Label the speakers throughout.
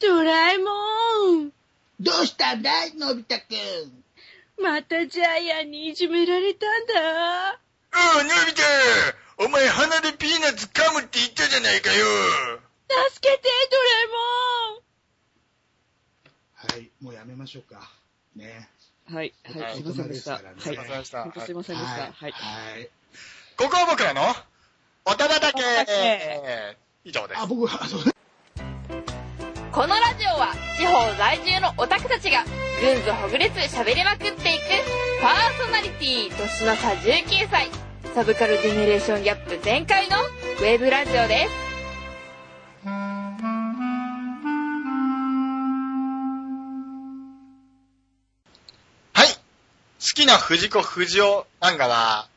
Speaker 1: ドラえもん。
Speaker 2: どうしたんだいのび太くん。
Speaker 1: またジャイアンにいじめられたんだ。
Speaker 3: ああ、のび太お前鼻でピーナッツ噛むって言ったじゃないかよ
Speaker 1: 助けて、ドラ
Speaker 2: はい、もうやめましょうか。ね。
Speaker 1: えもん。はい、
Speaker 3: は
Speaker 1: はいい、すいませんでした。
Speaker 2: 大
Speaker 1: は
Speaker 2: 人
Speaker 1: い、
Speaker 2: です
Speaker 1: 本
Speaker 2: からね
Speaker 1: 当すいませんでした。はい。
Speaker 2: はい。
Speaker 3: ここは僕らの音畑
Speaker 1: 音畑
Speaker 3: 以上です
Speaker 2: あ、。僕は、あの、
Speaker 4: このラジオは地方在住のオタクたちがぐんずほぐれつ喋りまくっていくパーソナリティ年の差19歳サブカルジェネレーションギャップ全開のウェブラジオです。
Speaker 3: はい。好きな藤子不二雄漫画は、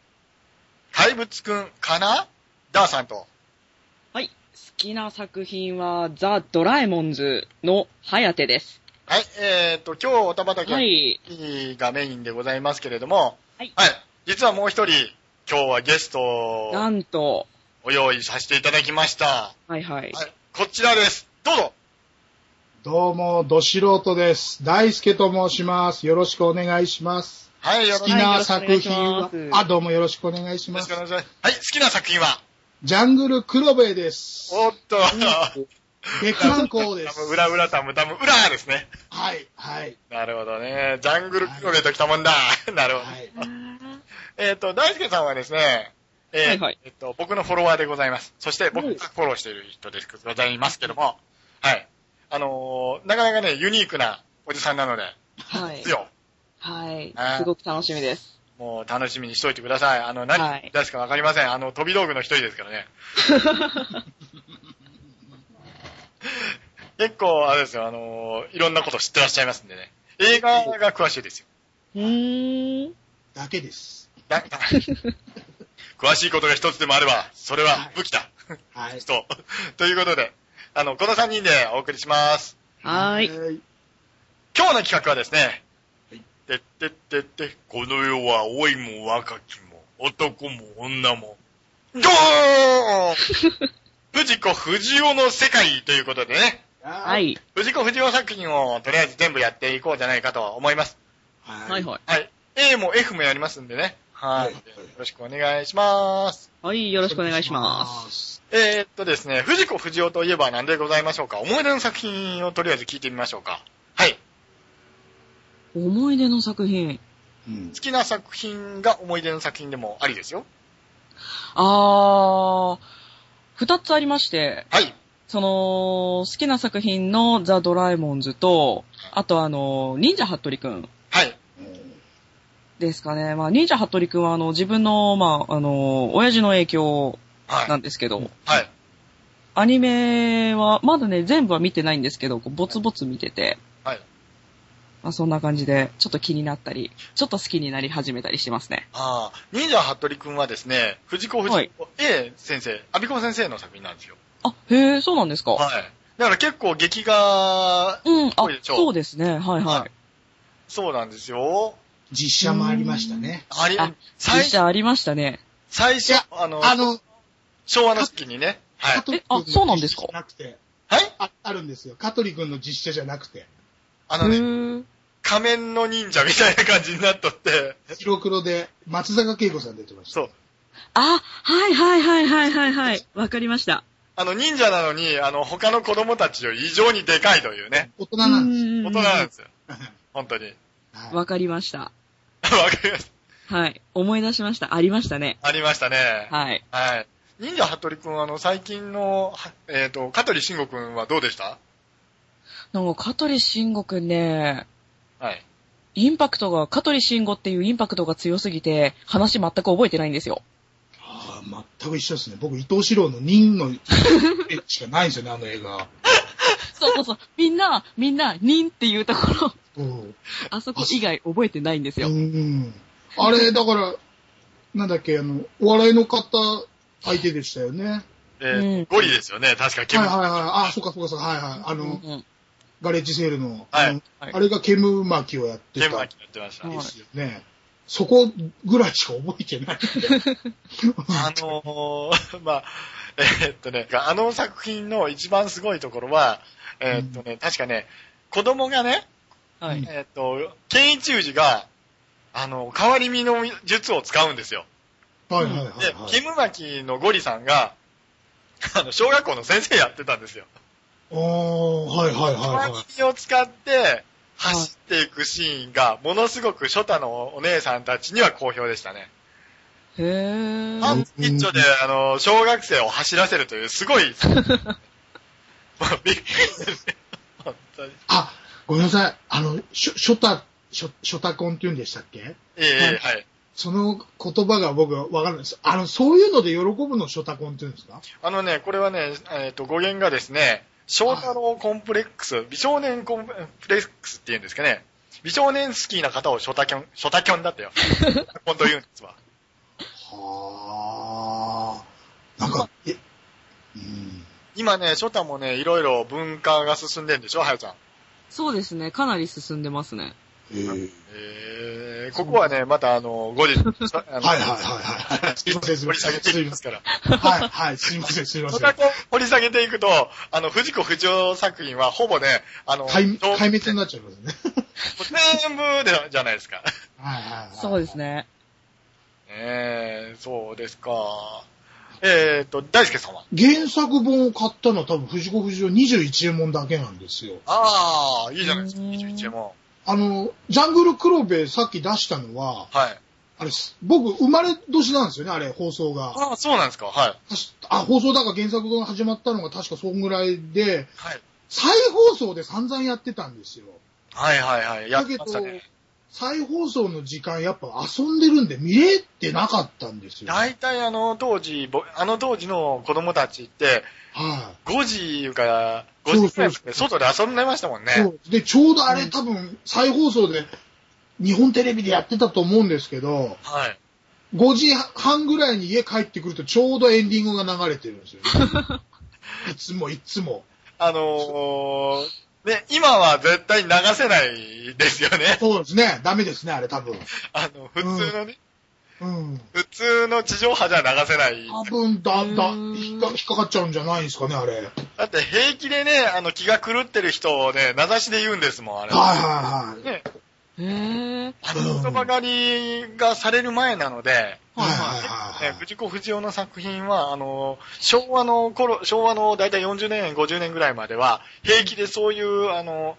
Speaker 3: 怪物くんかなダーさんと。
Speaker 1: はい、好きな作品は、ザ・ドラえもんズのハヤテです。
Speaker 3: はい。えっ、と、今日音畑
Speaker 1: は、
Speaker 3: はいがメインでございますけれども、
Speaker 1: はい
Speaker 3: 実はもう一人、今日はゲスト
Speaker 1: な
Speaker 3: を
Speaker 1: んと、
Speaker 3: お用意させていただきました。
Speaker 1: はいはい。
Speaker 3: はい。こちらです。どうぞ。
Speaker 2: どうも、ど素人です。大輔と申します。よろしくお願いします。
Speaker 3: はい。よろ
Speaker 2: 好
Speaker 3: し
Speaker 2: き
Speaker 3: く
Speaker 1: はい
Speaker 2: な作品
Speaker 1: よろ
Speaker 2: は
Speaker 1: しくお願いし、ます
Speaker 2: あ、どうもよろしくお願いし
Speaker 3: お願
Speaker 2: ま
Speaker 3: いし
Speaker 2: す。
Speaker 3: ます。はい。好きな作品は
Speaker 2: ジャングル黒部です。
Speaker 3: おっと。
Speaker 2: 月刊校です。
Speaker 3: 裏裏タムタム、裏ですね。
Speaker 2: はい、はい、
Speaker 3: なるほどね。ジャングル黒部ときたもんだ。 なるほど。
Speaker 2: はい。
Speaker 3: えっ、と、大輔さんはですね、えー
Speaker 1: はいはい
Speaker 3: えっと、僕のフォロワーでございます。そして
Speaker 1: は
Speaker 3: 僕が
Speaker 1: い
Speaker 3: フォローしている人でございますけども、はい。あのーなかなかね、ユニークなおじさんなので、
Speaker 1: はい
Speaker 3: です。よ。
Speaker 1: はい
Speaker 3: あー。
Speaker 1: すごく楽しみです。
Speaker 3: もう楽しみにしといてください。あの、何
Speaker 1: は
Speaker 3: 出
Speaker 1: い
Speaker 3: すかわかりません。あの、飛び道具の一人ですからね。結構、あれですよ、あのーいろんなこと知ってらっしゃいますんでね。映画が詳し いですよ。
Speaker 1: うーん。
Speaker 2: だけです。
Speaker 3: だ詳しいことが一つでもあれば、それは武器だ。
Speaker 2: はい。
Speaker 3: と、ということで、あの、この3人でお送りします。
Speaker 1: はーい。
Speaker 2: はい。
Speaker 3: 今日の企画はですね
Speaker 2: はい、
Speaker 3: てってってって、この世は老いも若きも、男も女も、ドーン藤子不二雄の世界ということでね、
Speaker 1: は。い。
Speaker 3: 藤子不二雄作品をとりあえず全部やっていこうじゃないかと思います。
Speaker 1: は
Speaker 2: はいい。
Speaker 1: はい。
Speaker 3: はい。A も F もやりますんでね。は
Speaker 2: は
Speaker 3: い。よ
Speaker 2: い
Speaker 3: ろしくお願いします。
Speaker 1: はい、よろしくお願いします。
Speaker 2: す。
Speaker 3: えー、っとですね、藤子不二雄といえば何でございましょうか思い出の作品をとりあえず聞いてみましょうか。はい。
Speaker 1: 思い出の作品。
Speaker 2: うん
Speaker 3: 好。きな作品が思い出の作品でもありですよ。
Speaker 1: あー、二つありまして、
Speaker 3: はい。
Speaker 1: その、好きな作品のザ・ドラえもんズと、あとあの、忍者ハットリくん
Speaker 3: はい。
Speaker 1: ですかね。まあ、忍者ハットリくんはあの、自分の、まあ、あの、親父の影響な
Speaker 3: はい。
Speaker 1: んですけど、
Speaker 3: はい。
Speaker 1: アニメは、まだね、全部は見てないんですけど、こうぼつぼつ見てて、
Speaker 3: はい。
Speaker 1: まあ、そんな感じで、ちょっと気になったり、ちょっと好きになり始めたりしてますね。
Speaker 3: ああ、忍者ハットリくんはですね、藤子不二
Speaker 1: は
Speaker 3: 雄
Speaker 1: い
Speaker 3: A 先生、アビコ先生の作品なんですよ。
Speaker 1: あ、へえ、そうなんですか。
Speaker 3: はい。だから結構劇画、
Speaker 1: うん、あ
Speaker 3: 多いで、しょう
Speaker 1: そうですね、はい
Speaker 3: は
Speaker 1: はいい。
Speaker 3: そうなんですよ。
Speaker 2: 実写もありましたね。
Speaker 3: あり
Speaker 1: あ、
Speaker 3: 最
Speaker 1: 実、写ありましたね。
Speaker 3: 最初
Speaker 2: いや、
Speaker 3: あの、
Speaker 2: あの、
Speaker 3: 昭和の時にね。はい
Speaker 2: 香。取君の
Speaker 1: えあそうなんですか
Speaker 2: 実写じゃなくて、
Speaker 3: はい
Speaker 2: あ、あるんですよ。香取君の実写じゃなくて、
Speaker 3: あの
Speaker 1: へ
Speaker 3: ね、
Speaker 1: ー
Speaker 3: 仮面の忍者みたいな感じになっとって、
Speaker 2: 白黒で松坂慶子さん出てました。
Speaker 3: そう。
Speaker 1: あ、はいはいはいはいはいはい。わかりました。
Speaker 3: あの、忍者なのに、あの、他の子供たちより異常にでかいというね。
Speaker 2: 大人なんですよ。
Speaker 3: 大人なんですよ。
Speaker 2: は
Speaker 3: 本当に。
Speaker 2: い
Speaker 1: わかりました。
Speaker 3: わかりました。
Speaker 1: はい。思い出しました。ありましたね。
Speaker 3: ありましたね。
Speaker 1: はい。
Speaker 3: はい。忍者ハットリくん、あの、最近の、はえっ、と、香取慎吾くんはどうでした
Speaker 1: なんか、香取慎吾くんね、
Speaker 3: はい。
Speaker 1: インパクトが、香取慎吾っていうインパクトが強すぎて、話全く覚えてないんですよ。
Speaker 2: あー全く一緒ですね。僕、伊藤四郎の忍の絵しかないんですよね、あの映画。
Speaker 1: そうそうそう。みんな、みんな、忍っていうところ、
Speaker 2: うん。
Speaker 1: あそこ以外覚えてないんです
Speaker 2: う
Speaker 1: よ。
Speaker 2: ん。あれ、だから、なんだっけ、あの、お笑いの方、相手でしたよね。
Speaker 3: えー
Speaker 1: うん
Speaker 3: ゴリですよね。確か、
Speaker 2: はい
Speaker 3: 煙。
Speaker 2: はいはい。あ、そうかそうかそうか。はいはい。あ
Speaker 1: う
Speaker 2: の、
Speaker 1: ん
Speaker 2: ガレッジセールの、
Speaker 3: はい
Speaker 2: あの
Speaker 1: はい
Speaker 2: あれが煙巻きをやってた
Speaker 3: 煙巻
Speaker 2: ん
Speaker 3: きやってました。
Speaker 1: は
Speaker 2: で
Speaker 1: い
Speaker 2: すよね。そこぐらいしか覚えてない。
Speaker 3: あのー まあ、えーっとね、あの作品の一番すごいところは、えーっとね、確かね、子供がね、
Speaker 1: はい。
Speaker 3: えーっと、ケンイチウジが、あの、変わり身の術を使うんですよ。
Speaker 2: はいはいはい、
Speaker 3: で、
Speaker 2: は
Speaker 3: キ
Speaker 2: い。
Speaker 3: ムマキのゴリさんが、あの、小学校の先生やってたんですよ。
Speaker 2: あーはいはいはい
Speaker 3: 変わ
Speaker 2: はい。
Speaker 3: り身を使って、走っていくシーンが、ものすごく初太のお姉さんたちには好評でしたね。
Speaker 1: へえ。
Speaker 3: パンツ一丁で、あの、小学生を走らせるという、すごい、 もうびっくりですね。 本当に。
Speaker 2: あ、ごめんなさい。あの、ショショタ、ショショタコンって言うんでしたっけ
Speaker 3: ええええはい。
Speaker 2: その言葉が僕はわかるんです。あの、そういうので喜ぶのをショタコンって言うんですか
Speaker 3: あのね、これはね、えっ、と、語源がですね、小太郎コンプレックス、美少年コンプレックスっていうんですかね、美少年好きな方をショタキョン、ショタキョンだ ったよ。本当言うんですわ。
Speaker 2: はあ。なんか、え、うん。
Speaker 3: 今ね、ショタもね、いろいろ文化が進んでるんでしょ、はよちゃん。
Speaker 1: そうですね。かなり進んでますね。
Speaker 2: えー
Speaker 3: えー、ここはね、またあの、後 日、あの
Speaker 2: はいはいはい はい。すいませんすい
Speaker 3: 掘
Speaker 2: ま
Speaker 3: り
Speaker 2: せ
Speaker 3: 下げ
Speaker 2: ん。
Speaker 3: て
Speaker 2: すい
Speaker 3: いき
Speaker 2: ま
Speaker 3: ますから。
Speaker 2: せん。はい はい。すいませんすいま
Speaker 3: そ
Speaker 2: せん。
Speaker 3: こを掘り下げていくと、あの、藤子不二雄作品はほぼね、あの、
Speaker 2: 壊
Speaker 3: どう
Speaker 2: 壊滅になっちゃいますね。
Speaker 3: 全部でじゃないですか。
Speaker 2: はいはいはい。
Speaker 1: そうですね。
Speaker 3: えー、そうですか。えーと、大輔さんは
Speaker 2: 原作本を買ったのは多分藤子不二雄21円もんだけなんですよ。
Speaker 3: ああ、いいじゃないですか、
Speaker 1: うん
Speaker 3: 21円も。
Speaker 2: あの、ジャングル黒部さっき出したのは、
Speaker 3: はい。
Speaker 2: あれ、僕生まれ年なんですよね、あれ、放送が。
Speaker 3: ああ、そうなんですか、はい。
Speaker 2: たしあ、放送だから原作が始まったのが確かそんぐらいで、
Speaker 3: はい。
Speaker 2: 再放送で散々やってたんですよ。
Speaker 3: はいはいはい。やってました
Speaker 2: だけ
Speaker 3: ね。
Speaker 2: 再放送の時間やっぱ遊んでるんで見れてなかったんですよ。はい。
Speaker 3: 大体あの当時、ぼあの当時の子供たちって、5時から5時くらいまで外で遊んでましたもんね。
Speaker 2: そう。で、ちょうどあれ多分再放送で日本テレビでやってたと思うんですけど、
Speaker 3: はい。
Speaker 2: 5時半ぐらいに家帰ってくるとちょうどエンディングが流れてるんですよ、ね。 いつもいつも。
Speaker 3: あのー、ね、今は絶対流せないですよ ね。
Speaker 2: そうですね。ダメですね、あれ多分。
Speaker 3: あの、普通のね、
Speaker 2: うん。
Speaker 3: 普通の地上波じゃ流せない。
Speaker 2: 多分だ、
Speaker 1: う
Speaker 2: だ、
Speaker 1: ーん
Speaker 2: 引っか引っかかっちゃうんじゃないですかね、あれ。はい
Speaker 3: だって平気でね、あの気が狂ってる人をね、名指しで言うんですもん、あれ。
Speaker 2: はいはい。
Speaker 3: ね、
Speaker 1: へえ。
Speaker 3: あの言葉狩りがされる前なので、
Speaker 2: はいはいはい
Speaker 3: ね
Speaker 2: はい。
Speaker 3: 藤子不二雄の作品は、あの、昭和の頃、昭和のだいたい40年、50年ぐらいまでは、平気でそういう、あの、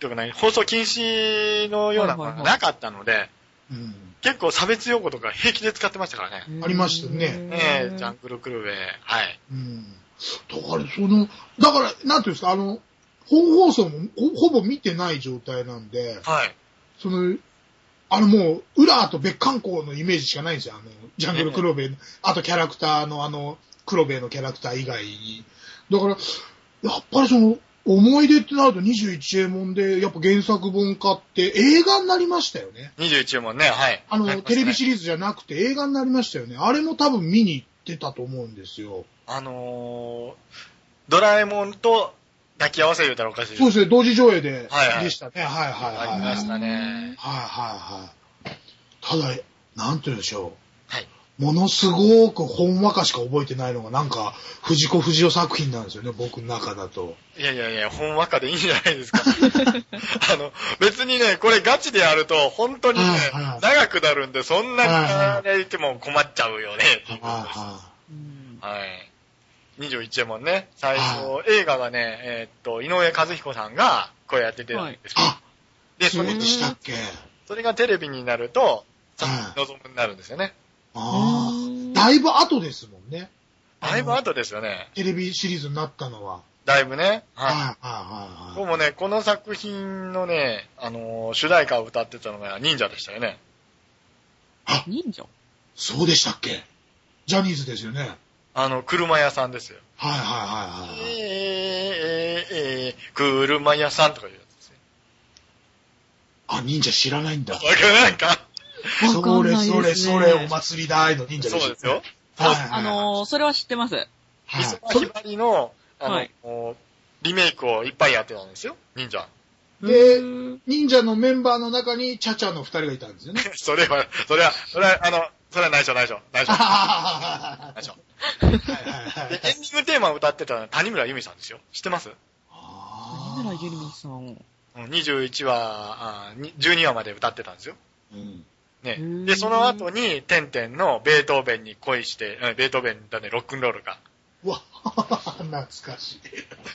Speaker 3: というかね、放送禁止のようなものがなかったので、
Speaker 2: うん
Speaker 3: 結構差別用語とか平気で使ってましたからね。
Speaker 2: ありましたね
Speaker 3: ねえ、ジャングルクルーベはい。
Speaker 2: うん。だから、その、だから、なんていうんですか、あの、本放送もほほぼ見てない状態なんで、
Speaker 3: はい。
Speaker 2: その、あのもう、ウラーと別観光のイメージしかないんですよ。あの、ジャングル黒部、あとキャラクターのあの、黒部のキャラクター以外に。だから、やっぱりその、思い出ってなると21エモンで、やっぱ原作本買って映画になりましたよね。
Speaker 3: 21問ね、はい。
Speaker 2: あの、
Speaker 3: はい
Speaker 2: テレビシリーズじゃなくて映画になりましたよね。あれも多分見に行ってたと思うんですよ。
Speaker 3: あのー、ドラえもんと抱き合わせ言うたらおかしいです
Speaker 2: そうですね、同時上映で、
Speaker 3: はいはい
Speaker 2: でしたね。はいはいはい。
Speaker 3: ありましたね。
Speaker 2: はいはいはい。ただ、なんて言うんでしょう。
Speaker 3: はい
Speaker 2: ものすごくほんわかしか覚えてないのが、なんか、藤子不二雄作品なんですよね、僕の中だと。
Speaker 3: いやいやいや、ほんわかでいいんじゃない ですか。あの、別にね、これガチでやると、本当にね
Speaker 2: はいは、い
Speaker 3: 長くなるんで、そんなに
Speaker 2: はいはい
Speaker 3: やられても困っちゃうよね、って
Speaker 2: は
Speaker 3: いう
Speaker 2: い
Speaker 3: ことです。
Speaker 2: は
Speaker 1: うん。
Speaker 3: はい。21もね、最
Speaker 2: は
Speaker 3: 初、映画がね、えーっと、井上和彦さんが声やっててたんですけど、
Speaker 2: はい
Speaker 3: で、
Speaker 2: い。
Speaker 3: そ
Speaker 2: そう
Speaker 3: れ
Speaker 2: でしたっけ
Speaker 3: それがテレビになると、さ
Speaker 2: は
Speaker 3: 望むになるんですよね。
Speaker 2: あ
Speaker 1: うーん
Speaker 2: あ。だいぶ後ですもんね。
Speaker 3: だいぶ後ですよね。
Speaker 2: テレビシリーズになったのは。
Speaker 3: だいぶね。
Speaker 2: はいは
Speaker 3: は。
Speaker 2: いいは
Speaker 3: 僕
Speaker 2: い。
Speaker 3: もね、この作品のね、あのー主題歌を歌ってたのが忍者でしたよね。
Speaker 1: 忍者
Speaker 2: そうでしたっけジャニーズですよね。はい
Speaker 3: あの、車屋さんですよ。
Speaker 2: はい
Speaker 3: え
Speaker 2: はい
Speaker 3: ー、
Speaker 2: はいはい。
Speaker 3: えー、えー、車屋さんとかいうやつですね。
Speaker 2: あ、忍者知らないんだ。
Speaker 3: わからないか
Speaker 1: わか
Speaker 2: そ
Speaker 1: ん
Speaker 2: れ
Speaker 1: ないですね
Speaker 2: それそれお祭りだいの忍者
Speaker 3: そうですよ。。
Speaker 2: はいはいはい
Speaker 1: あのー、それは知ってます。
Speaker 2: はい
Speaker 3: 磯間ひばりの、あの、
Speaker 1: はい
Speaker 3: リメイクをいっぱいやってたんですよ、忍者。
Speaker 2: で
Speaker 1: うーん
Speaker 2: 忍者のメンバーの中にチャチャの二人がいたんですよね。
Speaker 3: それは、それは、それは、あの、それは内緒、内緒、内緒、
Speaker 2: あ
Speaker 3: 内緒。で、エン
Speaker 2: ー
Speaker 3: ディングテーマを歌ってたのは谷村由美さんですよ。知ってます
Speaker 1: 谷村ゆりみさん。
Speaker 3: うん ?21 話、あに12話まで歌ってたんですよ。
Speaker 2: うん
Speaker 3: ね
Speaker 1: う。ん
Speaker 3: で、その後に、テンテンのベートーベンに恋して、うんベートーベンだね、ロックンロールか。
Speaker 2: うわ、懐かしい。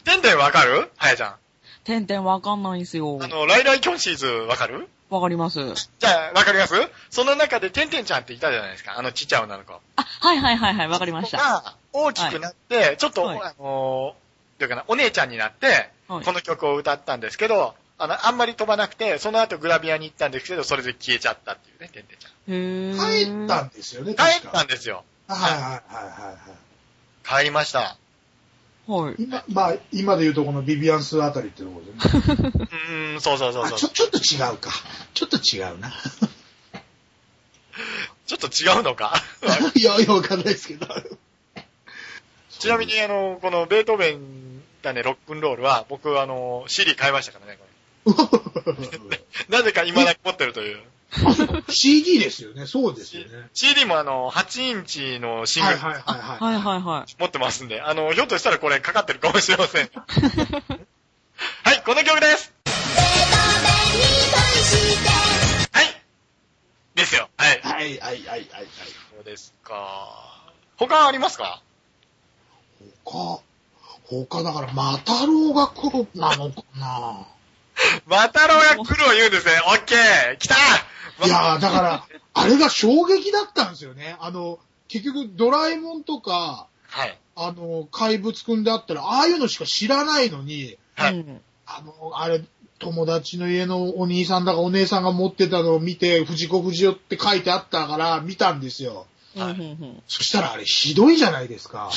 Speaker 3: テンテンわかるはやちゃ
Speaker 1: てんてんわかんないんすよ
Speaker 3: ん。あ。の、ライライキョンシーズわかる
Speaker 1: わかります。
Speaker 3: じゃあ、わかりますその中で、てんてんちゃんっていたじゃないですか。あのちっちゃい女の子。
Speaker 1: あ、はいはいはいはい、わかりました。
Speaker 3: が、大きくなって、ちょっと、
Speaker 1: はい
Speaker 3: あのー、というかな、お姉ちゃんになって、
Speaker 1: はい
Speaker 3: この曲を歌ったんですけど、あの、あんまり飛ばなくて、その後グラビアに行ったんですけど、それで消えちゃったっていうね、てんてんちゃん。
Speaker 1: へぇ
Speaker 2: 帰った
Speaker 1: ん
Speaker 2: んですよね、確
Speaker 3: 帰
Speaker 2: か。
Speaker 3: ったんですよ。
Speaker 2: はいはいはいはいはい。
Speaker 3: 帰りました。
Speaker 1: はい。
Speaker 2: 今、まあ、今で言うとこのビビアンスあたりってとこですね。
Speaker 3: うーん、そうそうそう
Speaker 2: あ、ち
Speaker 3: そ
Speaker 2: ょ、
Speaker 3: う。
Speaker 2: ちょっと違うか。ちょっと違うな。
Speaker 3: ちょっと違うのか。
Speaker 2: いや、いや、わかんないですけど。
Speaker 3: ちなみに、あの、このベートーベンだね、ロックンロールは、僕、あの、CD 買いましたからね、これ。なぜか未だに持ってるという。
Speaker 2: CD ですよね、そうですよね。
Speaker 3: CD もあの、8インチのシング
Speaker 2: はい
Speaker 3: ル
Speaker 2: はいはい
Speaker 1: は
Speaker 2: はいい。
Speaker 1: はいはい。
Speaker 3: 持ってますんで、あの、ひょっとしたらこれかかってるかもしれません。はい、この曲ですはいですよ。はい。
Speaker 2: はいはいはいはい。はい
Speaker 3: そうですか。他ありますか
Speaker 2: 他、他だから、マタロウが黒なのかな
Speaker 3: またろうが来るを言うんですね。オッケー来た
Speaker 2: いやー、だから、あれが衝撃だったんですよね。あの、結局、ドラえもんとか、
Speaker 3: はい。
Speaker 2: あの、怪物くんであったら、ああいうのしか知らないのに、
Speaker 3: はい
Speaker 1: うん
Speaker 2: あの、あれ、友達の家のお兄さんだかお姉さんが持ってたのを見て、藤子不二雄って書いてあったから見たんですよ。
Speaker 1: うんうん
Speaker 2: そしたらあれひどいじゃないですか。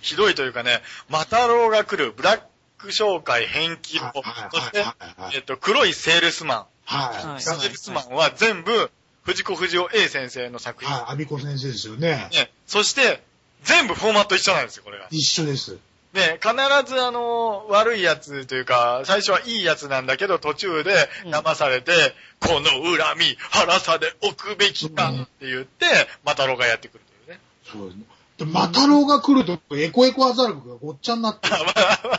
Speaker 3: ひどいというかね、またろうが来る、ブラック商会返金
Speaker 2: はい
Speaker 3: を、
Speaker 2: はい
Speaker 3: そし
Speaker 2: はい
Speaker 3: て、
Speaker 2: はい
Speaker 3: えっと、黒いセールスマ
Speaker 2: は。
Speaker 1: はい
Speaker 3: ン。
Speaker 2: だ
Speaker 3: セ
Speaker 2: から
Speaker 3: ールスマンは全部、藤子不二雄 A 先生の作品。
Speaker 2: はい、アビコ先生ですよね。
Speaker 3: ね、そして、全部フォーマット一緒なんですよ、これが。
Speaker 2: 一緒です。
Speaker 3: ね、必ずあの、悪いやつというか、最初はいいやつなんだけど、途中で
Speaker 1: うん
Speaker 3: 騙されて、この恨み、腹さでおくべきか
Speaker 2: うん
Speaker 3: って言って、マタロがやってくるというね。
Speaker 2: そうですね。で、マタロウが来ると、エコエコアザルクがごっちゃになってる。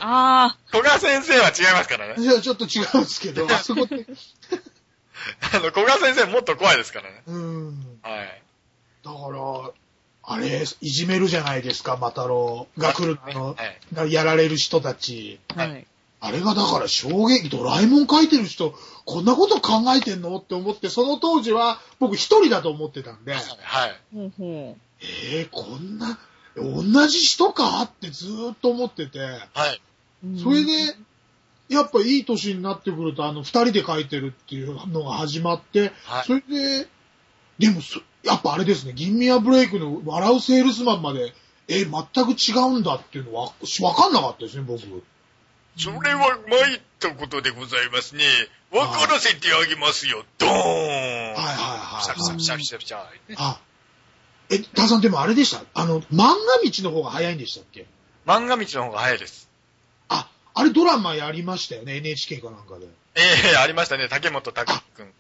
Speaker 1: あ
Speaker 3: 古賀先生は違いますからね。
Speaker 2: いや、ちょっと違うんですけ ど、あそこって、
Speaker 3: あの、古賀先生もっと怖いですからね。
Speaker 2: うん。
Speaker 3: はい。
Speaker 2: だから、あれ、いじめるじゃないですか、マタロウが来るの
Speaker 3: は、い。
Speaker 2: がやられる人たち。
Speaker 1: あ、はい。
Speaker 2: あれがだから衝撃、ドラえもん描いてる人、こんなこと考えてんのって思って、その当時は僕一人だと思ってたんで、
Speaker 3: はい。
Speaker 1: ほうほう。
Speaker 2: えー、こんな、同じ人かってずーっと思ってて、
Speaker 3: はい。
Speaker 1: うん
Speaker 2: それで、やっぱいい年になってくると、あの、二人で描いてるっていうのが始まって、
Speaker 3: はい
Speaker 2: それで、でもそ、やっぱあれですね、銀ミアブレイクの笑うセールスマンまで、えー、全く違うんだっていうのは、わかんなかったですね、僕。
Speaker 3: それは、参ったことでございますね。わからせてあげますよ。ドーン
Speaker 2: はいはい
Speaker 3: ピ
Speaker 2: は
Speaker 3: シャ
Speaker 2: い
Speaker 3: ピ。シャピシャピシャピシャ。
Speaker 2: あ、え、田さんでもあれでしたあの、漫画道の方が早いんでしたっけ
Speaker 3: 漫画道の方が早いです。
Speaker 2: あ、あれドラマやりましたよね、NHK かなんかで。
Speaker 3: ええありましたね。竹本拓樹くん。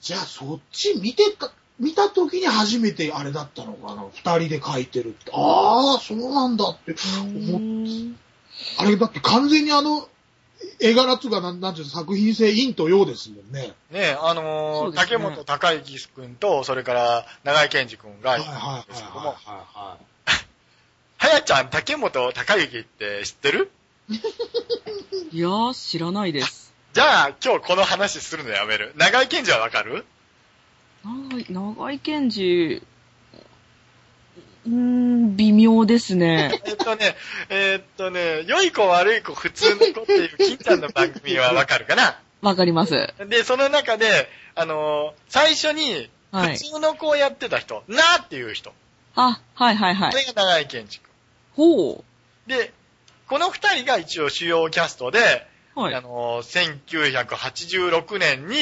Speaker 2: じゃあそっち見てた、見た時に初めてあれだったのかな二人で書いてるって。ああ、そうなんだって思っ
Speaker 1: うん
Speaker 2: あれだって完全にあの、絵柄っていうか、なんなんていうの作品性陰と陽ですもんね。
Speaker 3: ねえ、あの
Speaker 1: そ
Speaker 3: ー
Speaker 1: うです
Speaker 3: 竹
Speaker 1: ね
Speaker 3: 本孝之くんと、それから、長井健二くんが、
Speaker 2: はい
Speaker 3: は
Speaker 2: はいはい
Speaker 3: ですけど
Speaker 2: は
Speaker 3: も
Speaker 2: いは
Speaker 3: やちゃん、竹本孝之って知ってる
Speaker 1: いやー、知らないです。
Speaker 3: じゃあ、今日この話するのやめる。長井健二はわかる
Speaker 1: 長い、長い賢治、うーん、微妙ですね。
Speaker 3: えっとね、 えっとね、良い子悪い子普通の子っていう金ちゃんの番組はわかるかな
Speaker 1: わかります。
Speaker 3: で、その中で、あのー最初に、
Speaker 1: は
Speaker 3: 普
Speaker 1: い。
Speaker 3: 通の子をやってた人、なーっていう人。
Speaker 1: あ、はいはいは
Speaker 3: こ
Speaker 1: い。
Speaker 3: れが長井健二くん。
Speaker 1: ほ
Speaker 3: で、この二人が一応主要キャストで、
Speaker 1: う。は
Speaker 3: あ
Speaker 1: い。
Speaker 3: の、1986年に、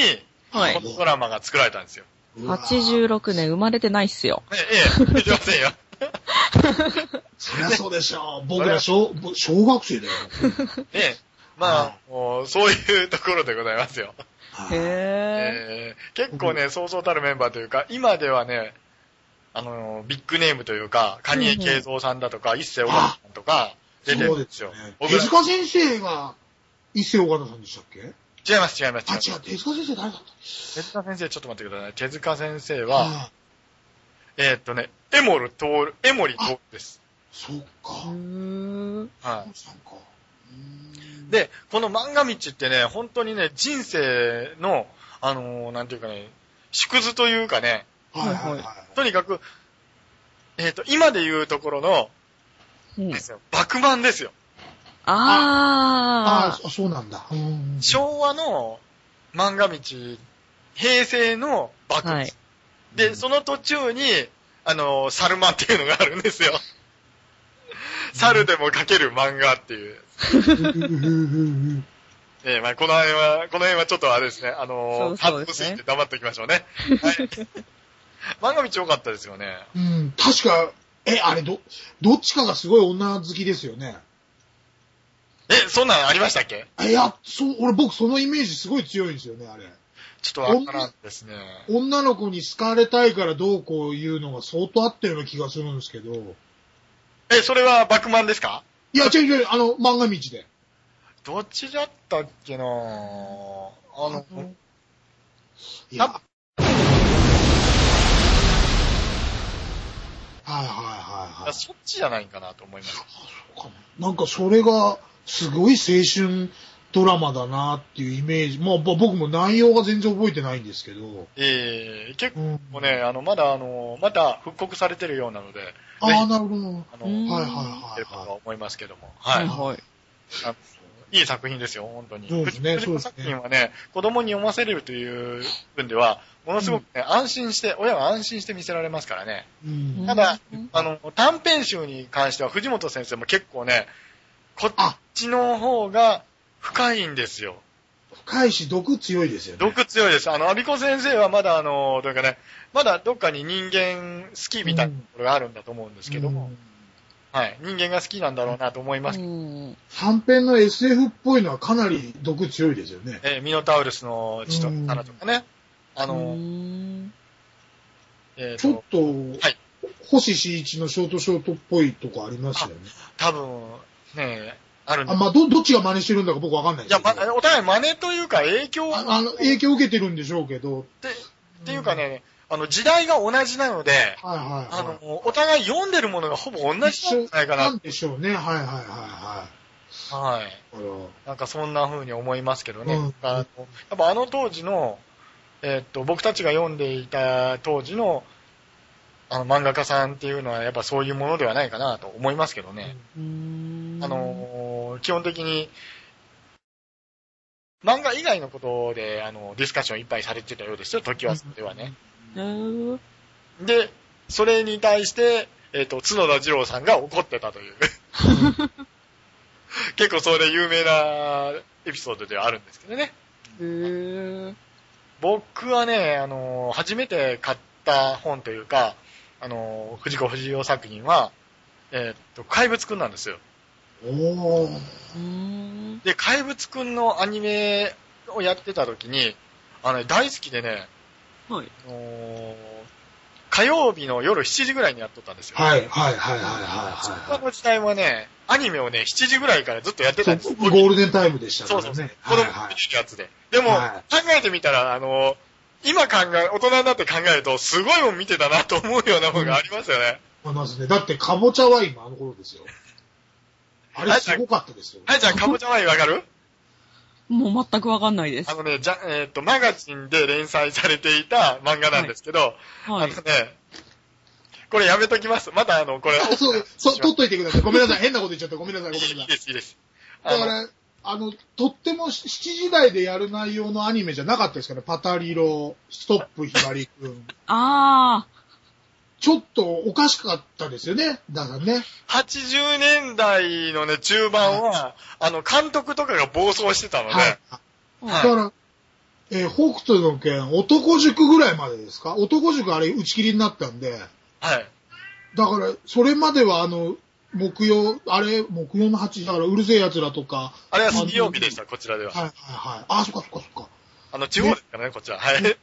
Speaker 1: はい
Speaker 3: このドラマが作られたんですよ。
Speaker 2: い。うわー。
Speaker 1: 86年生まれてないっすよ。
Speaker 3: ねええ、見てませんよ。
Speaker 2: そりゃそうでしょう。僕ら小、僕小学生だよ。
Speaker 3: ねえ、まあ、もうそういうところでございますよ。
Speaker 1: へえ。
Speaker 3: えー結構ね、そうそうたるメンバーというか、今ではね、あのービッグネームというか、蟹江慶三さんだとか、一世小川さんとか、出てるんですよ。
Speaker 2: 手
Speaker 3: 僕ら
Speaker 2: 塚先生が、伊勢岡田さんでしたっけ
Speaker 3: 違います、違います、違い
Speaker 2: あ、違
Speaker 3: ます
Speaker 2: う、。手塚先生誰だっ
Speaker 3: 手塚先生、ちょっと待ってください。手塚先生
Speaker 2: た
Speaker 3: は、
Speaker 2: あ
Speaker 3: えーっとね、エモルトール、エモリトールです。
Speaker 2: そっか。
Speaker 3: は
Speaker 2: そうか
Speaker 3: い。、で、この漫画道ってね、本当にね、人生の、あのーなんていうかね、縮図というかね、
Speaker 2: うーんはいはい
Speaker 1: はい
Speaker 2: は。
Speaker 1: はい
Speaker 3: とにかく、えっ、と、今で言うところの、
Speaker 1: うん
Speaker 3: ですよ、爆満ですよ。
Speaker 2: あ
Speaker 1: あ
Speaker 2: あ、そうなんだ。うん
Speaker 3: 昭和の漫画道、平成の爆
Speaker 1: あ。
Speaker 3: 満、
Speaker 1: はい。
Speaker 3: で、その途中に、あの、猿間っていうのがあるんで すよ。猿でも描ける漫画っていう。えーまあ、この辺は、この辺はちょっとあれですね、あのー、
Speaker 1: そう
Speaker 3: カ
Speaker 1: そう
Speaker 3: ッ
Speaker 1: で
Speaker 3: ト
Speaker 1: す
Speaker 3: す
Speaker 1: ね
Speaker 3: ぎて黙っておきましょうね。 はい。漫画道良かったですよね。
Speaker 2: うん、確か、え、あれ、ど、どっちかがすごい女好きですよね。
Speaker 3: え、そんなんありましたっけ
Speaker 2: いや、そう、俺僕そのイメージすごい強いんですよね、あれ。
Speaker 3: ちょっとわからんですね。
Speaker 2: 女の子に好かれたいからどうこういうのが相当合ってるような気がするんですけど。
Speaker 3: え、それは爆満ですか
Speaker 2: いや、違う違う、あの、漫画道で。
Speaker 3: どっちだったっけなぁ。あの、
Speaker 2: いや
Speaker 3: な
Speaker 2: はいはいはいはい。
Speaker 3: そっちじゃないかなと思います。
Speaker 2: なんかそれが、すごい青春ドラマだなっていうイメージ。まあぼ僕も内容が全然覚えてないんですけど。
Speaker 3: えー、結
Speaker 2: うん。
Speaker 3: 構ね、あの、まだあの、まだ復刻されてるようなので、
Speaker 2: ああ、なるほど。はい
Speaker 3: あの、
Speaker 1: う
Speaker 3: 見
Speaker 1: ん
Speaker 2: はい
Speaker 3: て
Speaker 2: はい
Speaker 3: るとは
Speaker 2: は
Speaker 3: 思いますけども。はい。
Speaker 1: はい。
Speaker 3: いい作品ですよ、本当に。
Speaker 2: そうですね
Speaker 3: 藤子作品はね、子供に読ませれるという部分では、ものすごくね、安心して、親は安心して見せられますからね。
Speaker 2: い。うん。
Speaker 3: ただ
Speaker 1: うん、
Speaker 3: あの、短編集に関しては藤本先生も結構ね、こっちの方が深いんですよ。
Speaker 2: 深いし、毒強いですよね。
Speaker 3: 毒強いです。あの、アビコ先生はまだあの、というかね、まだどっかに人間好きみたいなところがあるんだと思うんですけども、
Speaker 2: うん
Speaker 3: はい。人間が好きなんだろうなと思います。
Speaker 1: うん
Speaker 2: 短編の SF っぽいのはかなり毒強いですよね。
Speaker 3: えーミノタウルスの血と
Speaker 2: うん
Speaker 3: 花とかね。あ
Speaker 1: う
Speaker 3: の、
Speaker 1: ん
Speaker 3: えっ、
Speaker 2: ちょっ
Speaker 3: と、
Speaker 2: と、
Speaker 3: はい
Speaker 2: 星新一のショートショートっぽいとこありますよね。
Speaker 3: 多分、ね、あるんで
Speaker 2: あ、まあ、ど、どっちが真似してるんだか僕わかんない
Speaker 3: い
Speaker 2: です
Speaker 3: や、
Speaker 2: けど。
Speaker 3: ま、お互い真似というか影響
Speaker 2: ああの、影響を受けてるんでしょうけど。
Speaker 3: でっていうかね、あの、時代が同じなので、
Speaker 2: はいはい、はい。
Speaker 3: あの、お互い読んでるものがほぼ同じなんじゃないか
Speaker 2: ん
Speaker 3: な。
Speaker 2: でしょうね。はいはいはいは
Speaker 3: はい。
Speaker 2: い。あ
Speaker 3: なんかそんな風に思いますけどね。
Speaker 2: うん
Speaker 3: あのやっぱあの当時の、えーっと、僕たちが読んでいた当時の、あの、漫画家さんっていうのはやっぱそういうものではないかなと思いますけどね。
Speaker 1: うん
Speaker 3: あ、のー、基本的に、漫画以外のことで、あの、ディスカッションいっぱいされてたようですよ、時はそれはね。
Speaker 1: えー
Speaker 3: で、それに対して、えっ、と、角田二郎さんが怒ってたという。 結構それ有名なエピソードではあるんですけどね。
Speaker 1: えー
Speaker 3: 僕はね、あのー初めて買った本というか、あのー藤子不二雄作品は、えっ、と、怪物くんなんですよ。
Speaker 2: のおー。
Speaker 1: うん
Speaker 3: で、怪物くんのアニメをやってた時に、あのね、大好きでね、
Speaker 1: はい。
Speaker 3: あのー火曜日の夜7時ぐらいにやっとったんですよ。
Speaker 2: はいはいはいはい
Speaker 3: 昭和
Speaker 2: は
Speaker 3: の時代はね、アニメをね、7時ぐらいからずっとやって
Speaker 2: いは
Speaker 3: たん
Speaker 2: い。
Speaker 3: です
Speaker 2: そうゴールデンタイムでした
Speaker 3: そう
Speaker 2: か
Speaker 3: そ
Speaker 2: ら
Speaker 3: うそう
Speaker 2: ね。。
Speaker 3: 子供
Speaker 2: はい
Speaker 3: の
Speaker 2: はい。
Speaker 3: やつで。でも、
Speaker 2: は
Speaker 3: 考えてみたら、あの、今考え、大人になって考えると、すごいもん見てたなと思うようなもんがありますよね。
Speaker 2: 思いますね。だって、かぼちゃは今あの頃ですよ。あれすごかったですよ。
Speaker 3: はい、じゃあ、かぼちゃワインわかる
Speaker 1: もう全くわかんないです
Speaker 3: あ。のね、じゃ、えっ、と、マガジンで連載されていた漫画なんですけど、
Speaker 1: はい
Speaker 3: あ。のね、これやめときます。また、あの、これ、
Speaker 2: あそう、そう、取っといてください。ごめんなさい。変なこと言っちゃった。ごめんなさい、ごめん
Speaker 3: いい
Speaker 2: なさい。
Speaker 3: です、いいです。あ
Speaker 2: だか
Speaker 3: の、
Speaker 2: ら、あの、とっても7時台でやる内容のアニメじゃなかったですから、パタリロ、ストップひばりくん。
Speaker 1: あ
Speaker 2: ちょっとおかしかったですよね。だからね。
Speaker 3: 80年代のね、中盤は、あの、監督とかが暴走してたので、
Speaker 2: はい。
Speaker 1: あ。
Speaker 3: は
Speaker 2: だ
Speaker 3: い
Speaker 2: から、えー北斗の剣、男塾ぐらいまでですか男塾あれ打ち切りになったんで、
Speaker 3: はい
Speaker 2: だから、それまではあの、木曜、あれ、木曜の8時だから、うるせえ奴らとか。
Speaker 3: あれは水曜日でした、こちらで
Speaker 2: はい
Speaker 3: は。
Speaker 2: はいはい。あ、そっかそっかそっか。
Speaker 3: あの、地方ですからね、こちら。はい。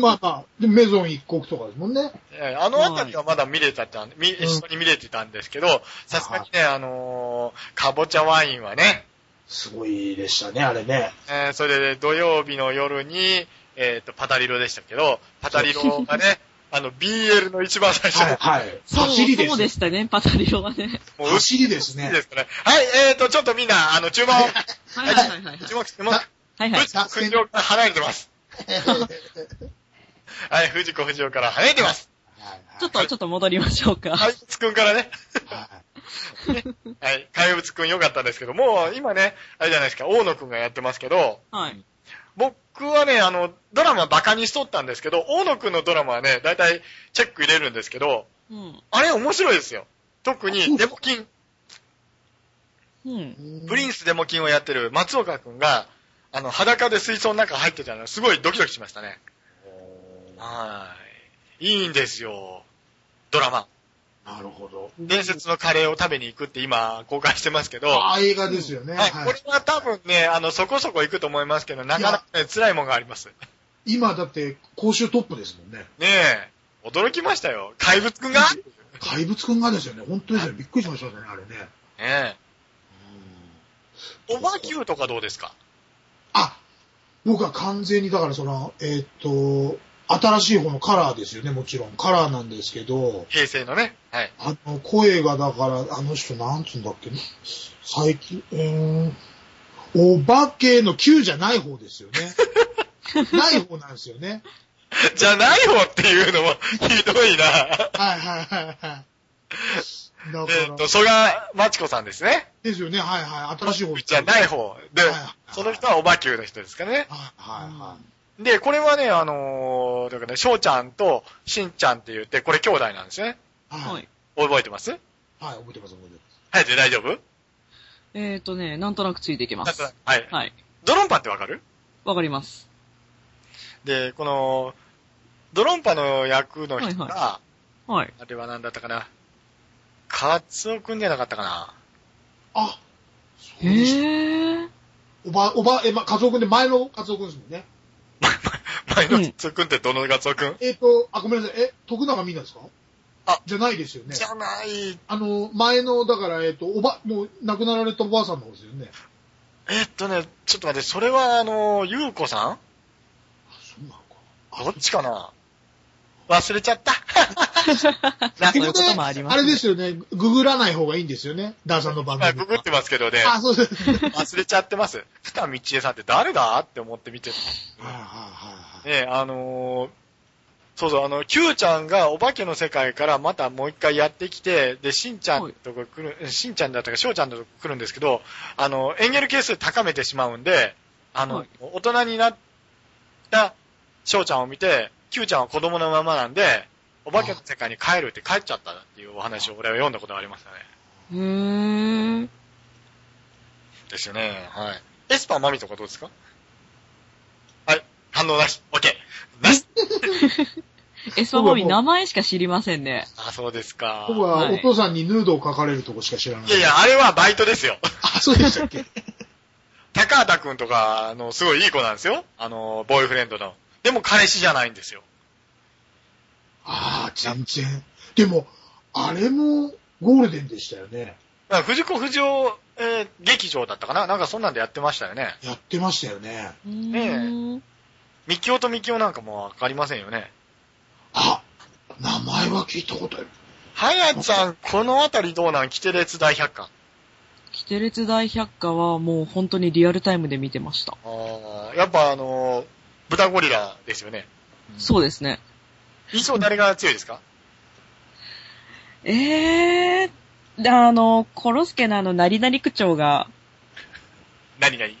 Speaker 2: まあまあ、でメゾン一国とかですもんね。
Speaker 3: えーあのあたりはまだ見れたたん、み一緒に見れてたんですけど、さすがにね、あのー、かぼちゃワインはね、
Speaker 2: すごいでしたね、あれね。
Speaker 3: えーそれで土曜日の夜に、えっ、と、パタリロでしたけど、パタリロ がね、あの、BL の一番最初
Speaker 2: は
Speaker 3: の
Speaker 2: い、はい。
Speaker 1: そう、
Speaker 2: 走りです。
Speaker 1: そうでしたね、パタリオはね。
Speaker 3: もう、うっ
Speaker 2: 走りです
Speaker 3: いい
Speaker 2: ね
Speaker 3: で。すかね。はい、えっ、と、ちょっとみんな、あの、注文を、
Speaker 1: はいはいはい はい。
Speaker 3: 注文、注文、
Speaker 1: はいはい。
Speaker 3: 藤子不二雄から離れてます。はい、藤子不二雄から離れて ます。
Speaker 1: ちょっと、ちょっと戻りましょうか。
Speaker 3: 怪物くんからね。
Speaker 2: はい
Speaker 3: はい、怪物くん良かったんですけど、もう今ね、あれじゃないですか、大野くんがやってますけど、
Speaker 1: はい。
Speaker 3: 僕はね、あの、ドラマバカにしとったんですけど、大野くんのドラマはね、だいたいチェック入れるんですけど、
Speaker 1: うん。
Speaker 3: あれ面白いですよ。特に、デモキン、
Speaker 1: うん。
Speaker 2: うん
Speaker 3: プリンスデモキンをやってる松岡くんが、あの、裸で水槽の中入ってたの、すごいドキドキしましたね。はい。いいんですよ。ドラマ。
Speaker 2: なるほど。
Speaker 3: 伝説のカレーを食べに行くって今、公開してますけど、
Speaker 2: ああ、映画ですよね。
Speaker 3: はい、
Speaker 2: はい
Speaker 3: これは多分ね、あの、そこそこ行くと思いますけど、なかなかね、辛いもんがあります。
Speaker 2: 今だって、公衆トップですもんね。
Speaker 3: ねえ、驚きましたよ。怪物くんがね
Speaker 2: 怪物くんがですよね。本当ですよね。びっくりしましたね、あれね。
Speaker 3: え。オバキューとかどうですか
Speaker 2: あ、僕は完全に、だからその、えーっと、新しい方のカラーですよね、もちろん。カラーなんですけど、
Speaker 3: 平成のね。はい。
Speaker 2: あの、声がだから、あの人なんつうんだっけ、最近、うーん、お化けの Q じゃない方ですよね。 ない方なんですよね。
Speaker 3: じゃない方っていうのも ひどいな。
Speaker 2: はいはいはいはい。だ
Speaker 3: えっ
Speaker 2: か
Speaker 3: と、
Speaker 2: ら、
Speaker 3: 蘇我真知子さんですね。
Speaker 2: ですよね、はいはい。新しい方
Speaker 3: じゃ
Speaker 2: い。
Speaker 3: ない方。で
Speaker 2: はい、
Speaker 3: その人はオバキューの人ですからね。
Speaker 2: はいはいは
Speaker 3: で、これはね、あのー、だからね、翔ちゃんとしんちゃんって言って、これ兄弟なんですよね。
Speaker 2: い。は。
Speaker 1: はいい。
Speaker 3: 覚えてます
Speaker 2: はい、覚えてます、覚えてます。
Speaker 3: はい、で大丈夫
Speaker 1: えーとね、なんとなくついていきます。
Speaker 3: はい。
Speaker 1: はい。
Speaker 3: ドロンパってわかる
Speaker 1: わかります。
Speaker 3: で、この、ドロンパの役の人が、
Speaker 1: はいはい。
Speaker 3: あれは何だったかな。カツオくんじゃなかったかな。
Speaker 2: あ、
Speaker 1: へー。
Speaker 2: おば、おば、え、ま、カツオくんで前のカツオくんですもんね。
Speaker 3: 前のカツオくんってどのカツオくん、
Speaker 2: えっ、と、あ、ごめんなさい。え、徳永みんなですか
Speaker 3: あ
Speaker 2: じゃないですよね
Speaker 3: じ。ゃない。
Speaker 2: あの、前の、だから、えっ、と、おば、もう、亡くなられたおばあさんの方ですよね。
Speaker 3: えっとね、ちょっと待って、それはあの、ゆうこさ
Speaker 2: あ、そうなのか。
Speaker 3: んどっちかな忘れちゃった。
Speaker 1: な そう
Speaker 2: 結
Speaker 1: いうこともあり
Speaker 2: 局ね、
Speaker 1: ます、
Speaker 2: あれ
Speaker 1: ね。
Speaker 2: ですよね。ググらない方がいいんですよね。ダーさんの番
Speaker 3: 今
Speaker 2: 組
Speaker 3: ググってますけどね、
Speaker 2: あ、そうですね。
Speaker 3: 忘れちゃってます。ふたみちえさんって誰だって思って見てる。
Speaker 2: はいはいはいはい。
Speaker 3: ねあのーそうそう、あの、Q ちゃんがお化けの世界からまたもう一回やってきて、で、しんちゃんとこ来る、しんちゃんだったか、しょうちゃんとこ来るんですけど、あの、エンゲル係数高めてしまうんで、あの、
Speaker 1: はい
Speaker 3: 大人になったしょうちゃんを見て、Q ちゃんは子供のままなんで、お化けの世界に帰るって帰っちゃったっていうお話を俺は読んだことがありますよね。
Speaker 1: へー。
Speaker 3: ですよね。はい。エスパーマミとかどうですかはい。反応なし。オッケー。なし。
Speaker 1: エスパモミ名前しか知りませんね。
Speaker 3: あ、そうですか。
Speaker 2: 僕は
Speaker 1: はい
Speaker 2: お父さんにヌードを書かれるとこしか知らない。
Speaker 3: いやいや、あれはバイトですよ。
Speaker 2: あ、そうでしたっけ
Speaker 3: 高畑くんとか、あの、すごいいい子なんですよ。あの、ボーイフレンドの。でも彼氏じゃないんですよ。
Speaker 2: ああ、全然。でも、あれもゴールデンでしたよね。
Speaker 3: だから藤子不二雄、えー劇場だったかななんかそんなんでやってましたよね。
Speaker 2: やってましたよね。
Speaker 3: え
Speaker 1: ね
Speaker 3: ミキオとミキオなんかもわかりませんよね。
Speaker 2: あ、名前は聞いたことある。
Speaker 3: はやちゃん、このあたりどうなんキテレツ大百科。
Speaker 1: キテレツ大百科はもう本当にリアルタイムで見てました。
Speaker 3: あーやっぱあのー、豚ゴリラですよね。
Speaker 1: そうですね。
Speaker 3: 印象誰が強いですか
Speaker 1: ええー。で、あの、コロスケのあの、なりなり区長が、
Speaker 3: 何々。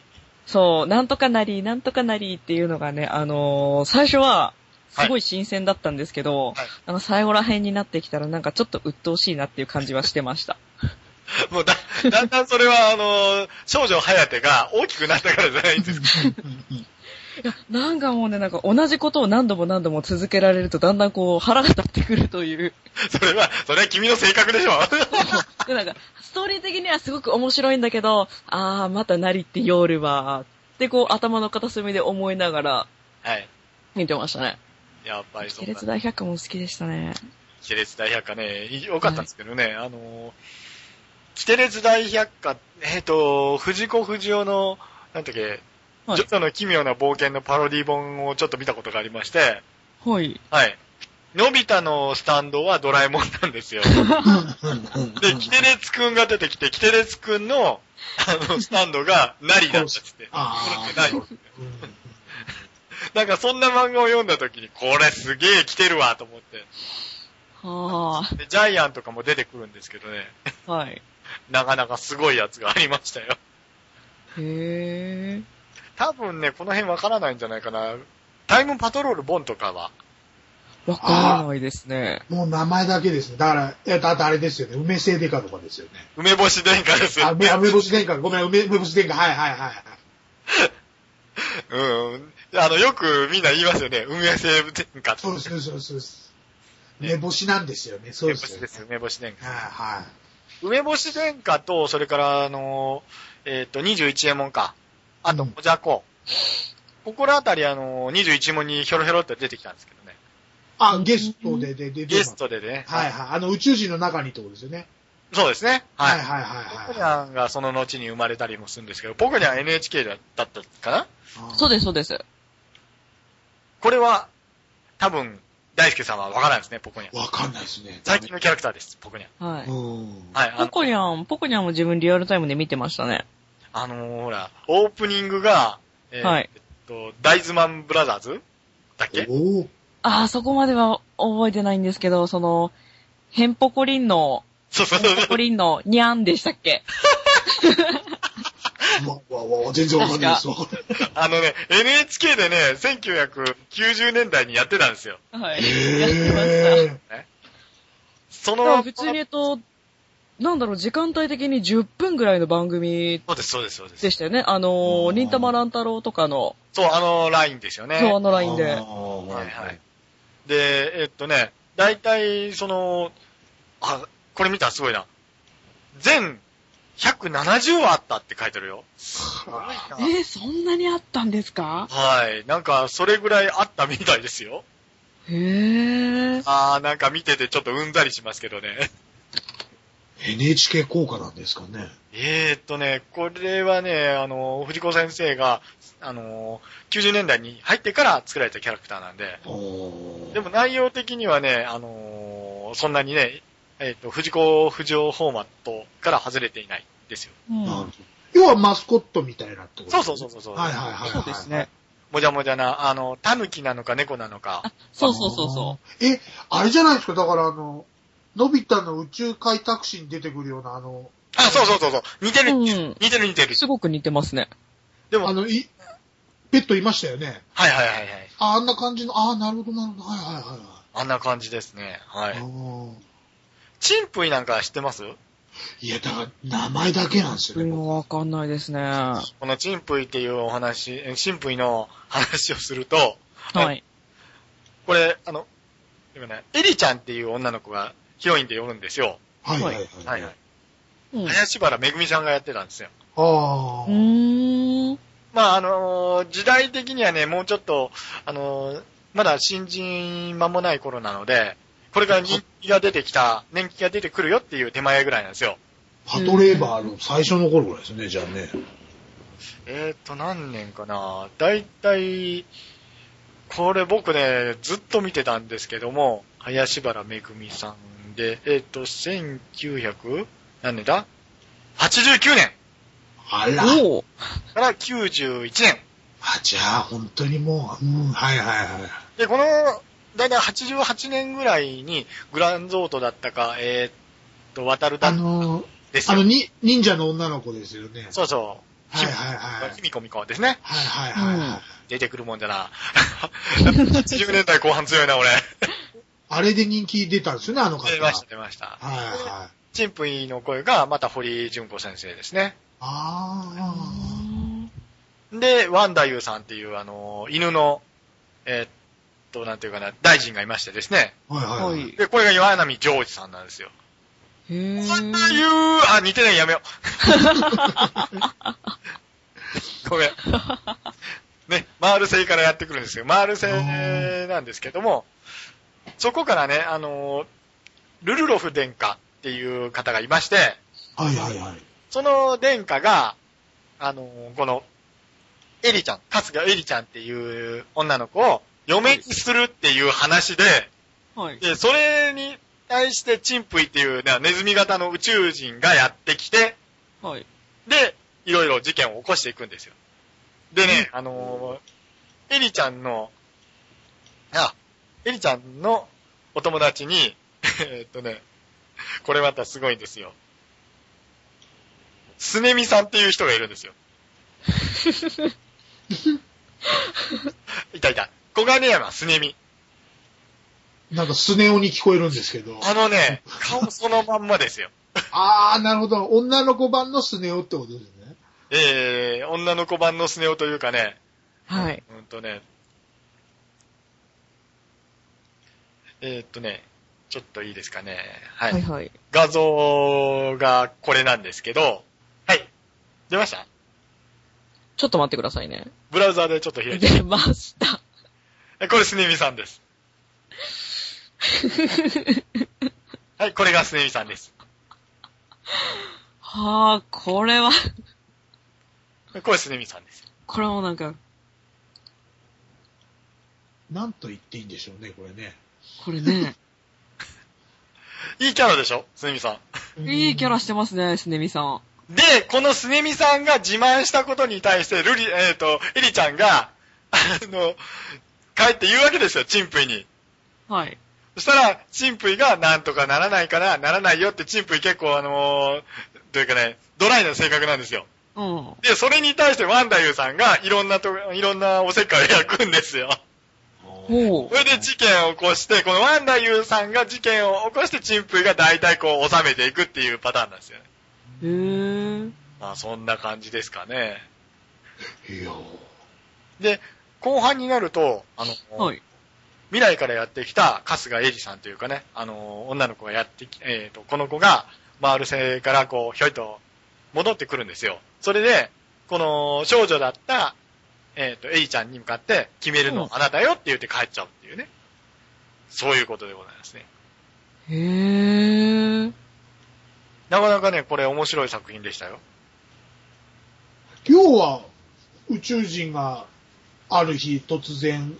Speaker 1: そう、なんとかなり、なんとかなりっていうのがね、あのー最初は、すごい新鮮だったんですけど、
Speaker 3: はい
Speaker 1: あの、最後ら辺になってきたらなんかちょっと鬱陶しいなっていう感じはしてました。
Speaker 3: もうだ、だんだんそれはあのー、少女はやてが大きくなったからじゃないんですか。
Speaker 1: いや、なんかもうね、なんか同じことを何度も何度も続けられると、だんだんこう腹が立ってくると いう。
Speaker 3: それは、それは君の性格で しょ。
Speaker 1: で、なんか、ストーリー的にはすごく面白いんだけど、あー、またなりって夜は、ってこう頭の片隅で思いながら
Speaker 3: はい。
Speaker 1: 見てましたね。
Speaker 3: やっぱりそ
Speaker 1: 系
Speaker 3: うだ
Speaker 1: 列。大百科も好きでしたね。
Speaker 3: キテレツ大百科ね、良かったんですけどね、あのー、キテレツ大百科、えっ、と、藤子不二雄の、なんだっけ、
Speaker 1: はい
Speaker 3: ジョジョの奇妙な冒険のパロディ本をちょっと見たことがありまして、
Speaker 1: はい。
Speaker 3: はい。のび太のスタンドはドラえもんなんです よ。で、キテレツくんが出てきて、キテレツくんの、あの、スタンドが、なりだったっつって。
Speaker 2: あ
Speaker 3: な
Speaker 2: あ
Speaker 3: り。なんかそんな漫画を読んだ時に、これすげえ来てるわと思って。
Speaker 1: は
Speaker 3: で、ジャイアンとかも出てくるんですけどね。
Speaker 1: ー。はい。
Speaker 3: なかなかすごいやつがありましたよ。
Speaker 1: へー。
Speaker 3: 多分ね、この辺わからないんじゃないかな。タイムパトロールボンとかは。
Speaker 1: わからないですね。
Speaker 2: もう名前だけですね。だから、えっと、あとあれですよね。梅製デカとかですよね。
Speaker 3: 梅干し殿下です。
Speaker 2: あ、梅、梅干し殿下。ごめん、梅梅干し殿下。はいはいはいはい。
Speaker 3: うん。あの、よくみんな言いますよね。梅西部殿下って。
Speaker 2: そうです、そうです、そうです。梅干しなんですよね。そう
Speaker 3: 梅
Speaker 2: で
Speaker 3: 干
Speaker 2: す
Speaker 3: し
Speaker 2: よ
Speaker 3: で
Speaker 2: ね。
Speaker 3: す、梅干し殿下。
Speaker 2: はいはい。
Speaker 3: 梅干し殿下と、それから、あの、えっ、と、21エモンか。あと、
Speaker 2: うん
Speaker 3: モジャコ。ここらあたり、あの、21モンにひょろひょろって出てきたんですけどね。
Speaker 2: あ、ゲストで、で、で、で
Speaker 3: ゲス。トでね。
Speaker 2: はいはい。あの、宇宙人の中にってことですよね。
Speaker 3: そうですね。
Speaker 2: は
Speaker 3: はいい。
Speaker 2: はい
Speaker 3: ポ
Speaker 2: はい
Speaker 3: コニ
Speaker 2: はい。
Speaker 3: ャンがその後に生まれたりもするんですけど、ポコニャン NHK だったかな
Speaker 1: そうです、そうです。
Speaker 3: これは、多分、大輔さんはわからないですね、ポコニャン。
Speaker 2: わかんないですね。
Speaker 3: 最近のキャラクターです、ポコニャン。
Speaker 1: は
Speaker 2: う
Speaker 1: い。
Speaker 2: ん。
Speaker 3: はい、あ
Speaker 1: ポ
Speaker 3: の、
Speaker 1: コニャン、ポコニャンも自分リアルタイムで見てましたね。
Speaker 3: あのーほら、オープニングが、えー
Speaker 1: はい
Speaker 3: えっと、ダイズマンブラザーズだっけ
Speaker 2: おー
Speaker 1: あー、そこまでは覚えてないんですけど、その、ヘンポコリンの、
Speaker 3: そうそう
Speaker 1: ヘ
Speaker 3: そ
Speaker 1: ンポコ
Speaker 3: う。
Speaker 1: リンのニャンでしたっけ
Speaker 2: わ、わ、わ、わ全然わかんないです。わかんない。
Speaker 3: あのね、NHK でね、1990年代にやってたんですよ。
Speaker 1: はい。やってました。
Speaker 2: へ
Speaker 3: そ
Speaker 1: だから
Speaker 3: の、
Speaker 1: 普通に言うと、なんだろう、時間帯的に10分ぐらいの番組
Speaker 3: そうです、そうです、そうです
Speaker 1: で。したよね。あの
Speaker 2: う
Speaker 1: ー、
Speaker 2: ん
Speaker 1: 忍たま乱太郎とかの、
Speaker 3: そう、あのラインですよね。
Speaker 1: 昭和
Speaker 3: は
Speaker 1: のライン
Speaker 2: ー。
Speaker 1: で
Speaker 2: あ。ー
Speaker 3: いはい。。で、えっとね、大体、その、あ、これ見たらすごいな。全170話あったって書いてあるよ。
Speaker 2: は
Speaker 1: えー、そんなにあったんですか
Speaker 3: はい。なんか、それぐらいあったみたいですよ。
Speaker 1: へー。
Speaker 3: あー、なんか見ててちょっとうんざりしますけどね。
Speaker 2: い NHK 効果なんですかね。
Speaker 3: えーっとね、これはね、あの、藤子先生が、あの、90年代に入ってから作られたキャラクターなんで、
Speaker 2: おー
Speaker 3: でも内容的にはね、あの、そんなにね、えーっと、藤子不二雄フォーマットから外れていないですよ。
Speaker 1: うん
Speaker 2: なるほど要はマスコットみたいなってこと
Speaker 3: そうそうそうそうそう。
Speaker 2: はいはいはいはい。。
Speaker 1: そうですね。
Speaker 3: もじゃもじゃな、あの、タヌキなのか猫なのか。
Speaker 1: そうそうそうそう
Speaker 2: え、あれじゃないですか、だからあの、のび太の宇宙開拓史に出てくるような、あの、
Speaker 3: あ、そうそうそうそう。似てる、
Speaker 1: うん
Speaker 3: 似てる似て
Speaker 1: う。
Speaker 3: る。
Speaker 1: すごく似てますね。
Speaker 3: でも、
Speaker 2: あ
Speaker 3: はい
Speaker 2: の、い、ペットいましたよね。
Speaker 3: はいはいはい。
Speaker 2: ああんな感じの、ああ、なるほど、なるほど。はいはいはいはい。
Speaker 3: あんな感じですね。は
Speaker 2: あ
Speaker 3: い。
Speaker 2: ー
Speaker 3: チンプイなんか知ってます
Speaker 2: いや、だから、名前だけなんですよね。
Speaker 1: わかんないですね。は
Speaker 3: このチンプイっていうお話、えチンプイの話をすると、
Speaker 1: い。
Speaker 3: これ、あの、今ね、エリちゃんっていう女の子がヒロインでおるんですよ。
Speaker 2: はいはいはい。
Speaker 3: はいはい。
Speaker 1: うん。う
Speaker 3: 林原めぐみさんがやってたんですよ。
Speaker 2: ああ、
Speaker 1: ーん。
Speaker 3: まあ、あのー時代的にはね、もうちょっと、あのーまだ新人間もない頃なので、これから人気が出てきた、年季が出てくるよっていう手前ぐらいなんですよ。
Speaker 2: パトレーバーの最初の頃ぐらいですね、じゃあね。
Speaker 3: えっ、ー、と、何年かなだいたい、これ僕ね、ずっと見てたんですけども、林原めぐみさんで、えっ、ー、と、1900? 何年だ ?89 年
Speaker 2: あら。
Speaker 1: おー。
Speaker 3: から91年。
Speaker 2: あ、じゃあ、本当にもう、うん、はいはいはい。
Speaker 3: で、この、だいたい88年ぐらいに、グランゾートだったか、えーっと、渡るだ
Speaker 2: あ
Speaker 3: っ
Speaker 2: のー、
Speaker 3: です
Speaker 2: あの、
Speaker 3: よ。
Speaker 2: に、忍者の女の子ですよね。
Speaker 3: そうそ
Speaker 2: はいはいは
Speaker 3: う。
Speaker 2: い。
Speaker 3: ひみこみこですね。
Speaker 2: はいはいはいはい。
Speaker 3: 出てくるもんじ ゃな。80年代後半強いな、俺。
Speaker 2: あれで人気出たんですよね、あの方。
Speaker 3: 出ました、出ました。
Speaker 2: はいはい。
Speaker 3: チンプイの声が、また堀井純子先生ですね。
Speaker 2: ああ。
Speaker 3: で、ワンダユーさんっていう、あの、犬の、えーっと、なんていうかな、大臣がいましてですね。
Speaker 2: はいはい。
Speaker 3: で、これが岩波ジョージさんなんですよ。
Speaker 1: へぇ
Speaker 3: ワンダユー、あ、似てない、やめよう。ごめん。ね、マール星からやってくるんですよ。マール星なんですけども、そこからね、あの、ルルロフ殿下っていう方がいまして、
Speaker 2: はいはいはい。
Speaker 3: その殿下が、あのこの、エリちゃん、春日エリちゃんっていう女の子を嫁にするっていう話で、
Speaker 1: はい。
Speaker 3: で、それに対してチンプイっていう、ね、ネズミ型の宇宙人がやってきて、
Speaker 1: はい。
Speaker 3: で、いろいろ事件を起こしていくんですよ。でね、あのエリちゃんの、あ、エリちゃんのお友達に、 えーっとね、これまたすごいんですよ。スネミさんっていう人がいるんですよ。いたいた。小金山スネミ。
Speaker 2: なんかスネ夫に聞こえるんですけど。
Speaker 3: あのね、顔そのまんまですよ。
Speaker 2: あー、なるほど。女の子版のスネ夫ってことですね。
Speaker 3: えー、女の子版のスネ夫というかね、
Speaker 1: はい。
Speaker 3: うんとね、えーっとね、ちょっといいですかね。はい。
Speaker 1: はいはい。
Speaker 3: 画像がこれなんですけど、はい。出ました
Speaker 1: ちょっと待ってくださいね。
Speaker 3: ブラウザーでちょっと開いて。
Speaker 1: 出ました。
Speaker 3: えこれスネミさんです。はい、これがスネミさんです。
Speaker 1: はぁ、これは、
Speaker 3: これスネミさんです。
Speaker 1: これはもうなんか、
Speaker 2: なんと言っていいんでしょうね、これね。
Speaker 1: これね、
Speaker 3: いいキャラでしょスネミさん。
Speaker 1: いいキャラしてますね、すねみさん。
Speaker 3: で、このスネミさんが自慢したことに対して、ルリ、えっ、と、エリちゃんが、あの、帰って言うわけですよ、チンプイに。
Speaker 1: はい。
Speaker 3: そしたら、チンプイがなんとかならないかな、ならないよって、チンプイ結構あのー、というかね、ドライな性格なんですよ。
Speaker 1: うん。
Speaker 3: で、それに対してワンダユーさんがいろんなと、いろんなおせっかいを焼くんですよ。
Speaker 1: ほ
Speaker 3: それで事件を起こして、このワンダユーさんが事件を起こして、チンプイが大体こう収めていくっていうパターンなんですよね。
Speaker 1: う。へぇ
Speaker 3: まあ、そんな感じですかね。
Speaker 2: いやー
Speaker 3: で、後半になると、あの、
Speaker 1: はい。
Speaker 3: 未来からやってきた春日エリさんというかね、あの、女の子がやってき、えっ、と、この子が、マール星からこう、ひょいと戻ってくるんですよ。それで、この少女だった、えっ、と、エリちゃんに向かって、決めるのあなたよって言って帰っちゃうっていうね。そういうことでございますね。
Speaker 1: へぇー。
Speaker 3: なかなかね、これ面白い作品でしたよ。
Speaker 2: 要は、宇宙人がある日突然、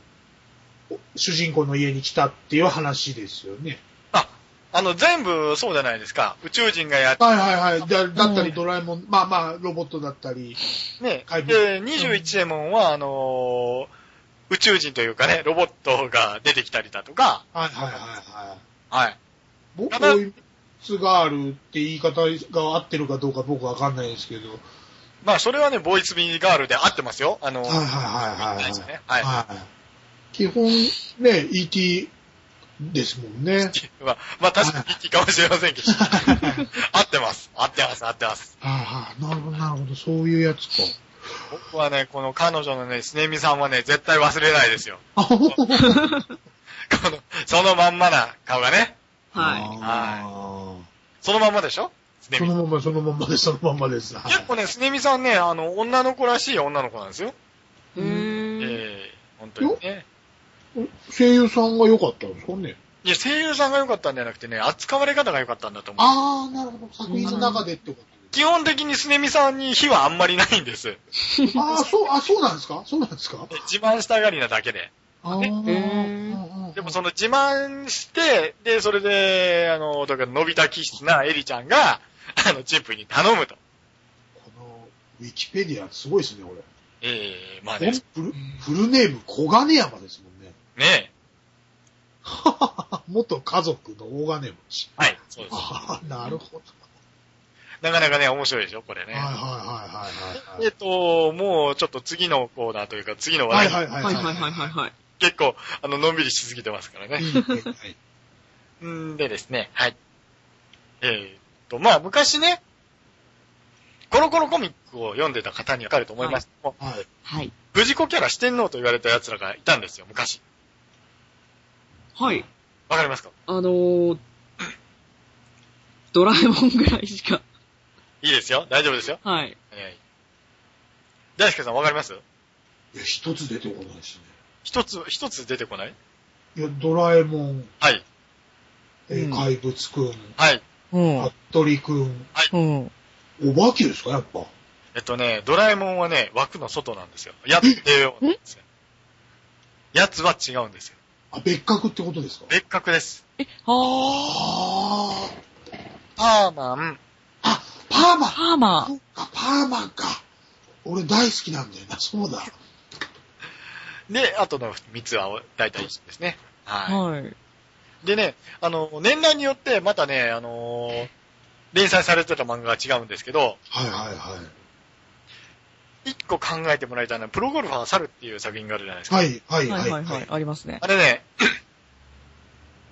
Speaker 2: 主人公の家に来たっていう話ですよね。
Speaker 3: あ、あの、全部そうじゃないですか。宇宙人がやっ
Speaker 2: はいはいはい。だだった
Speaker 1: う
Speaker 2: り
Speaker 1: ん
Speaker 2: ドラえもん、まあまあ、ロボットだったり。
Speaker 3: ね、
Speaker 2: 怪物
Speaker 3: で、21エモンは、あのー宇宙人というかね、ロボットが出てきたりだとか、
Speaker 2: はいはいはいはい。
Speaker 3: はい。
Speaker 2: 僕
Speaker 3: ただ
Speaker 2: ボーイズガールって言い方が合ってるかどうか僕わかんないですけど。
Speaker 3: まあ、それはね、ボーイズビーガールで合ってますよ。あのー
Speaker 2: はいはいはいはい
Speaker 3: ですねはい
Speaker 2: はい。基本ね、ET ですもんね。
Speaker 3: まあ、 まあ、確かに一気かもしれませ んけど、合ってます。合ってます、合ってます。
Speaker 2: はいはい。なるほどなるほど。そういうやつ か。
Speaker 3: 僕はね、この彼女のね、スネミさんはね、絶対忘れないですよ。
Speaker 2: あほほほ
Speaker 3: この、そのまんまな顔がね、
Speaker 1: はい。
Speaker 2: あ
Speaker 3: そのまんまでしょス
Speaker 2: ー
Speaker 3: ネ
Speaker 2: そ
Speaker 3: ミ。
Speaker 2: のまま、そのままです、そのままです。はい
Speaker 3: 結構ね、スネミさんね、あの、女の子らしい女の子なんですよ。
Speaker 1: へ
Speaker 3: ええ
Speaker 1: ぇー。
Speaker 3: 本当にね。
Speaker 2: 声優さんが良かったんですかね。
Speaker 3: いや、声優さんが良かったんじゃなくてね、扱われ方が良かったんだと思う。
Speaker 2: ああ、なるほど。作品の中でってこ
Speaker 3: 基本的にスネミさんに火はあんまりないんです。
Speaker 2: とです。ああ、そう、あそうなんですかそうなんですか
Speaker 3: 自慢したがりなだけで。
Speaker 2: ああ
Speaker 1: へ
Speaker 2: ー。
Speaker 3: でもその自慢して、で、それで、あの、だから、伸びた気質なエリちゃんが、 あの、チンプイに頼むと。
Speaker 2: この、ウィキペディアすごいですね、これ。
Speaker 3: ええまあ
Speaker 2: ほん
Speaker 3: ね、
Speaker 2: フルフルネーム、小金山ですもんね。
Speaker 3: ね
Speaker 2: 元家族の大金持ち。
Speaker 3: はい、そうです。
Speaker 2: ああ、なるほど。
Speaker 3: なかなかね、面白いでしょ、これ
Speaker 2: は
Speaker 3: ね。
Speaker 2: いはいはいはい
Speaker 3: えっと、もうちょっと次のコーナーというか、次の話
Speaker 2: は
Speaker 3: 題、
Speaker 2: い。はいはい
Speaker 1: はいはいはいはいはい。
Speaker 3: 結構、あの、のんびりしすぎてますからね。
Speaker 2: はい。
Speaker 3: んでですね、はい。えーっと、まあ、昔ね、コロコロコミックを読んでた方にわかると思いますけども、
Speaker 2: はい。
Speaker 1: はい。
Speaker 3: 藤子キャラ四天王と言われた奴らがいたんですよ、昔。
Speaker 1: はい。
Speaker 3: わかりますか
Speaker 1: あのー、ドラえもんぐらいしか。
Speaker 3: いいですよ大丈夫ですよ
Speaker 1: はい。
Speaker 3: はい大輔さんわかります
Speaker 2: いや、一つ出てこないし
Speaker 3: 一つ、一つ出てこない
Speaker 2: ね。いや、ドラえもん、
Speaker 3: はい。
Speaker 2: えー
Speaker 1: うん
Speaker 2: 怪物くん、
Speaker 3: はい。
Speaker 1: うん
Speaker 2: 服部くん、
Speaker 1: うん。
Speaker 2: お化けですか、やっぱ。
Speaker 3: えっとね、ドラえもんはね、枠の外なんですよ。やってようなんですよ。やつは違うんですよ。
Speaker 2: あ、別格ってことですか
Speaker 3: 別格です。
Speaker 1: え、はー。
Speaker 2: あー。
Speaker 3: パーマン。
Speaker 2: あ、パーマ
Speaker 1: パーマ
Speaker 2: そ
Speaker 1: ー。
Speaker 2: っか、パーマンか。俺大好きなんだよな、そうだ。
Speaker 3: で、あとの3つは大体一緒ですね。は
Speaker 1: はい。
Speaker 3: い。でね、あの、年代によってまたね、あのー連載されてた漫画が違うんですけど、
Speaker 2: はいはいはい。
Speaker 3: 一個考えてもらいたいのは、プロゴルファー猿っていう作品があるじゃないですか。
Speaker 2: はいはい
Speaker 1: は
Speaker 2: はいい。
Speaker 1: は
Speaker 2: はいい
Speaker 1: はい。ありますね。
Speaker 3: あれね、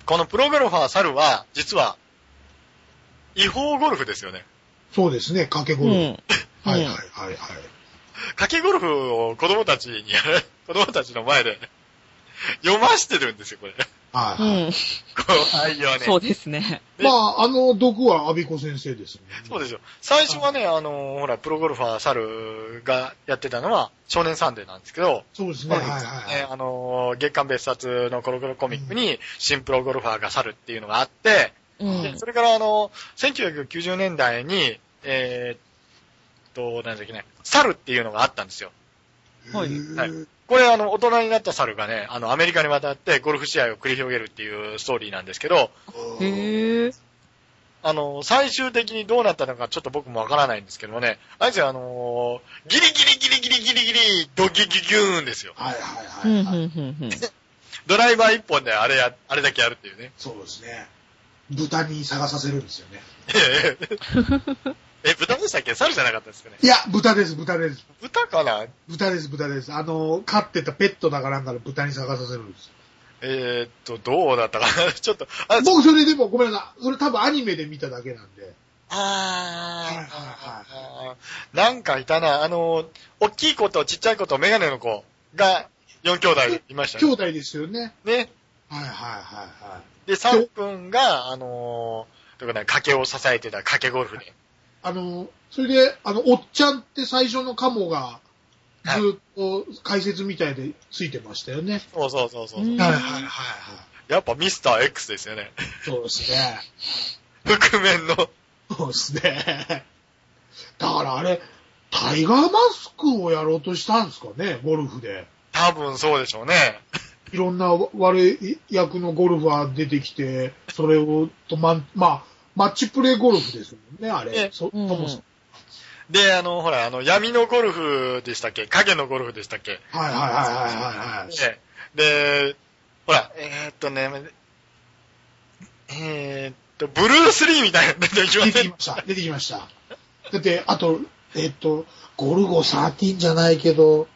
Speaker 3: このプロゴルファー猿は、実は、違法ゴルフですよね。
Speaker 2: そうですね、掛け
Speaker 1: う
Speaker 2: 声。
Speaker 1: ん。
Speaker 2: はい
Speaker 1: うん
Speaker 2: はいはいはい。
Speaker 3: 賭けゴルフを子供たちにやる、 子供たちの前で読ましてるんですよ、これ。
Speaker 2: は
Speaker 1: う
Speaker 2: いはい
Speaker 1: ん。
Speaker 3: 怖いよね。
Speaker 1: そうですね。
Speaker 3: で
Speaker 2: まあ、あの、毒は阿ビ子先生ですね。
Speaker 3: そうですよ。最初はね、あの、ほら、プロゴルファー猿がやってたのは、少年サンデーなんですけど、
Speaker 2: そうですね、はいはい
Speaker 3: ね
Speaker 2: は
Speaker 3: あの、月刊別冊のコロコロコミックに、新プロゴルファーが猿っていうのがあって、
Speaker 1: う
Speaker 3: で
Speaker 1: ん
Speaker 3: そ。れから、あの、1990年代に、えーっと、なんだっけね、猿っていうのがあったんですよ。
Speaker 2: い。
Speaker 1: はい
Speaker 3: はい
Speaker 2: へー
Speaker 3: これ、あの、大人になった猿がね、あの、アメリカに渡ってゴルフ試合を繰り広げるっていうストーリーなんですけど、
Speaker 1: へー。
Speaker 3: あの、最終的にどうなったのかちょっと僕もわからないんですけどもね、あいつあのーギリギリギリギリギリギリ、ドギギギューンですよ。
Speaker 2: はいは
Speaker 1: う
Speaker 2: い
Speaker 1: ん、う
Speaker 2: は
Speaker 1: ん
Speaker 2: いはい。、
Speaker 1: うん、うん。
Speaker 3: ドライバー一本であれや、あれだけやるってい うね。
Speaker 2: そうですね。豚に探させるんですよね。
Speaker 3: えええ、豚でしたっけ猿じゃなかったですかね。
Speaker 2: いや、豚です、豚です。
Speaker 3: 豚かな
Speaker 2: 豚です、豚です。あの、飼ってたペットだからなんから豚に探させるんです。
Speaker 3: えーっと、どうだったかな ちょっと、あ、
Speaker 2: 僕、それでもごめんなさい。それ多分アニメで見ただけなんで。はいは
Speaker 3: あ
Speaker 2: い
Speaker 3: ーあーなんかいたな。あの、大きい子とちっちゃい子とメガネの子が4兄弟いました
Speaker 2: 兄
Speaker 3: ね。
Speaker 2: 弟ですよね。
Speaker 3: ね。
Speaker 2: はいはいはいはい。
Speaker 3: で、サン君が、あのー、とかね、賭けを支えてた賭けゴルフで。
Speaker 2: あの、それで、あの、おっちゃんって最初のカモが、
Speaker 3: はい
Speaker 2: ずっと解説みたいでついてましたよね。
Speaker 3: そうそうそうそう。
Speaker 1: うん
Speaker 2: はいはいはいはい。
Speaker 3: やっぱミスター X ですよね。
Speaker 2: そうですね。
Speaker 3: 覆面の。
Speaker 2: そうですね。だからあれ、タイガーマスクをやろうとしたんですかね、ゴルフで。
Speaker 3: 多分そうでしょうね。
Speaker 2: いろんな悪い役のゴルファー出てきて、それをとまん、まあ、マッチプレーゴルフですもんね、あれ
Speaker 3: ね。
Speaker 2: そ
Speaker 1: うん
Speaker 2: ともそも
Speaker 3: で、あの、ほら、あの、闇のゴルフでしたっけ影のゴルフでしたっけ
Speaker 2: はいはいはいはいはいはい。
Speaker 3: ねで、ほら、えー、っとね、えー、っと、ブルース・リーみたいなの出てきま
Speaker 2: 出
Speaker 3: せ
Speaker 2: てき
Speaker 3: ん
Speaker 2: ました、出てきました。だって、あと、えっと、ゴルゴ13じゃないけど、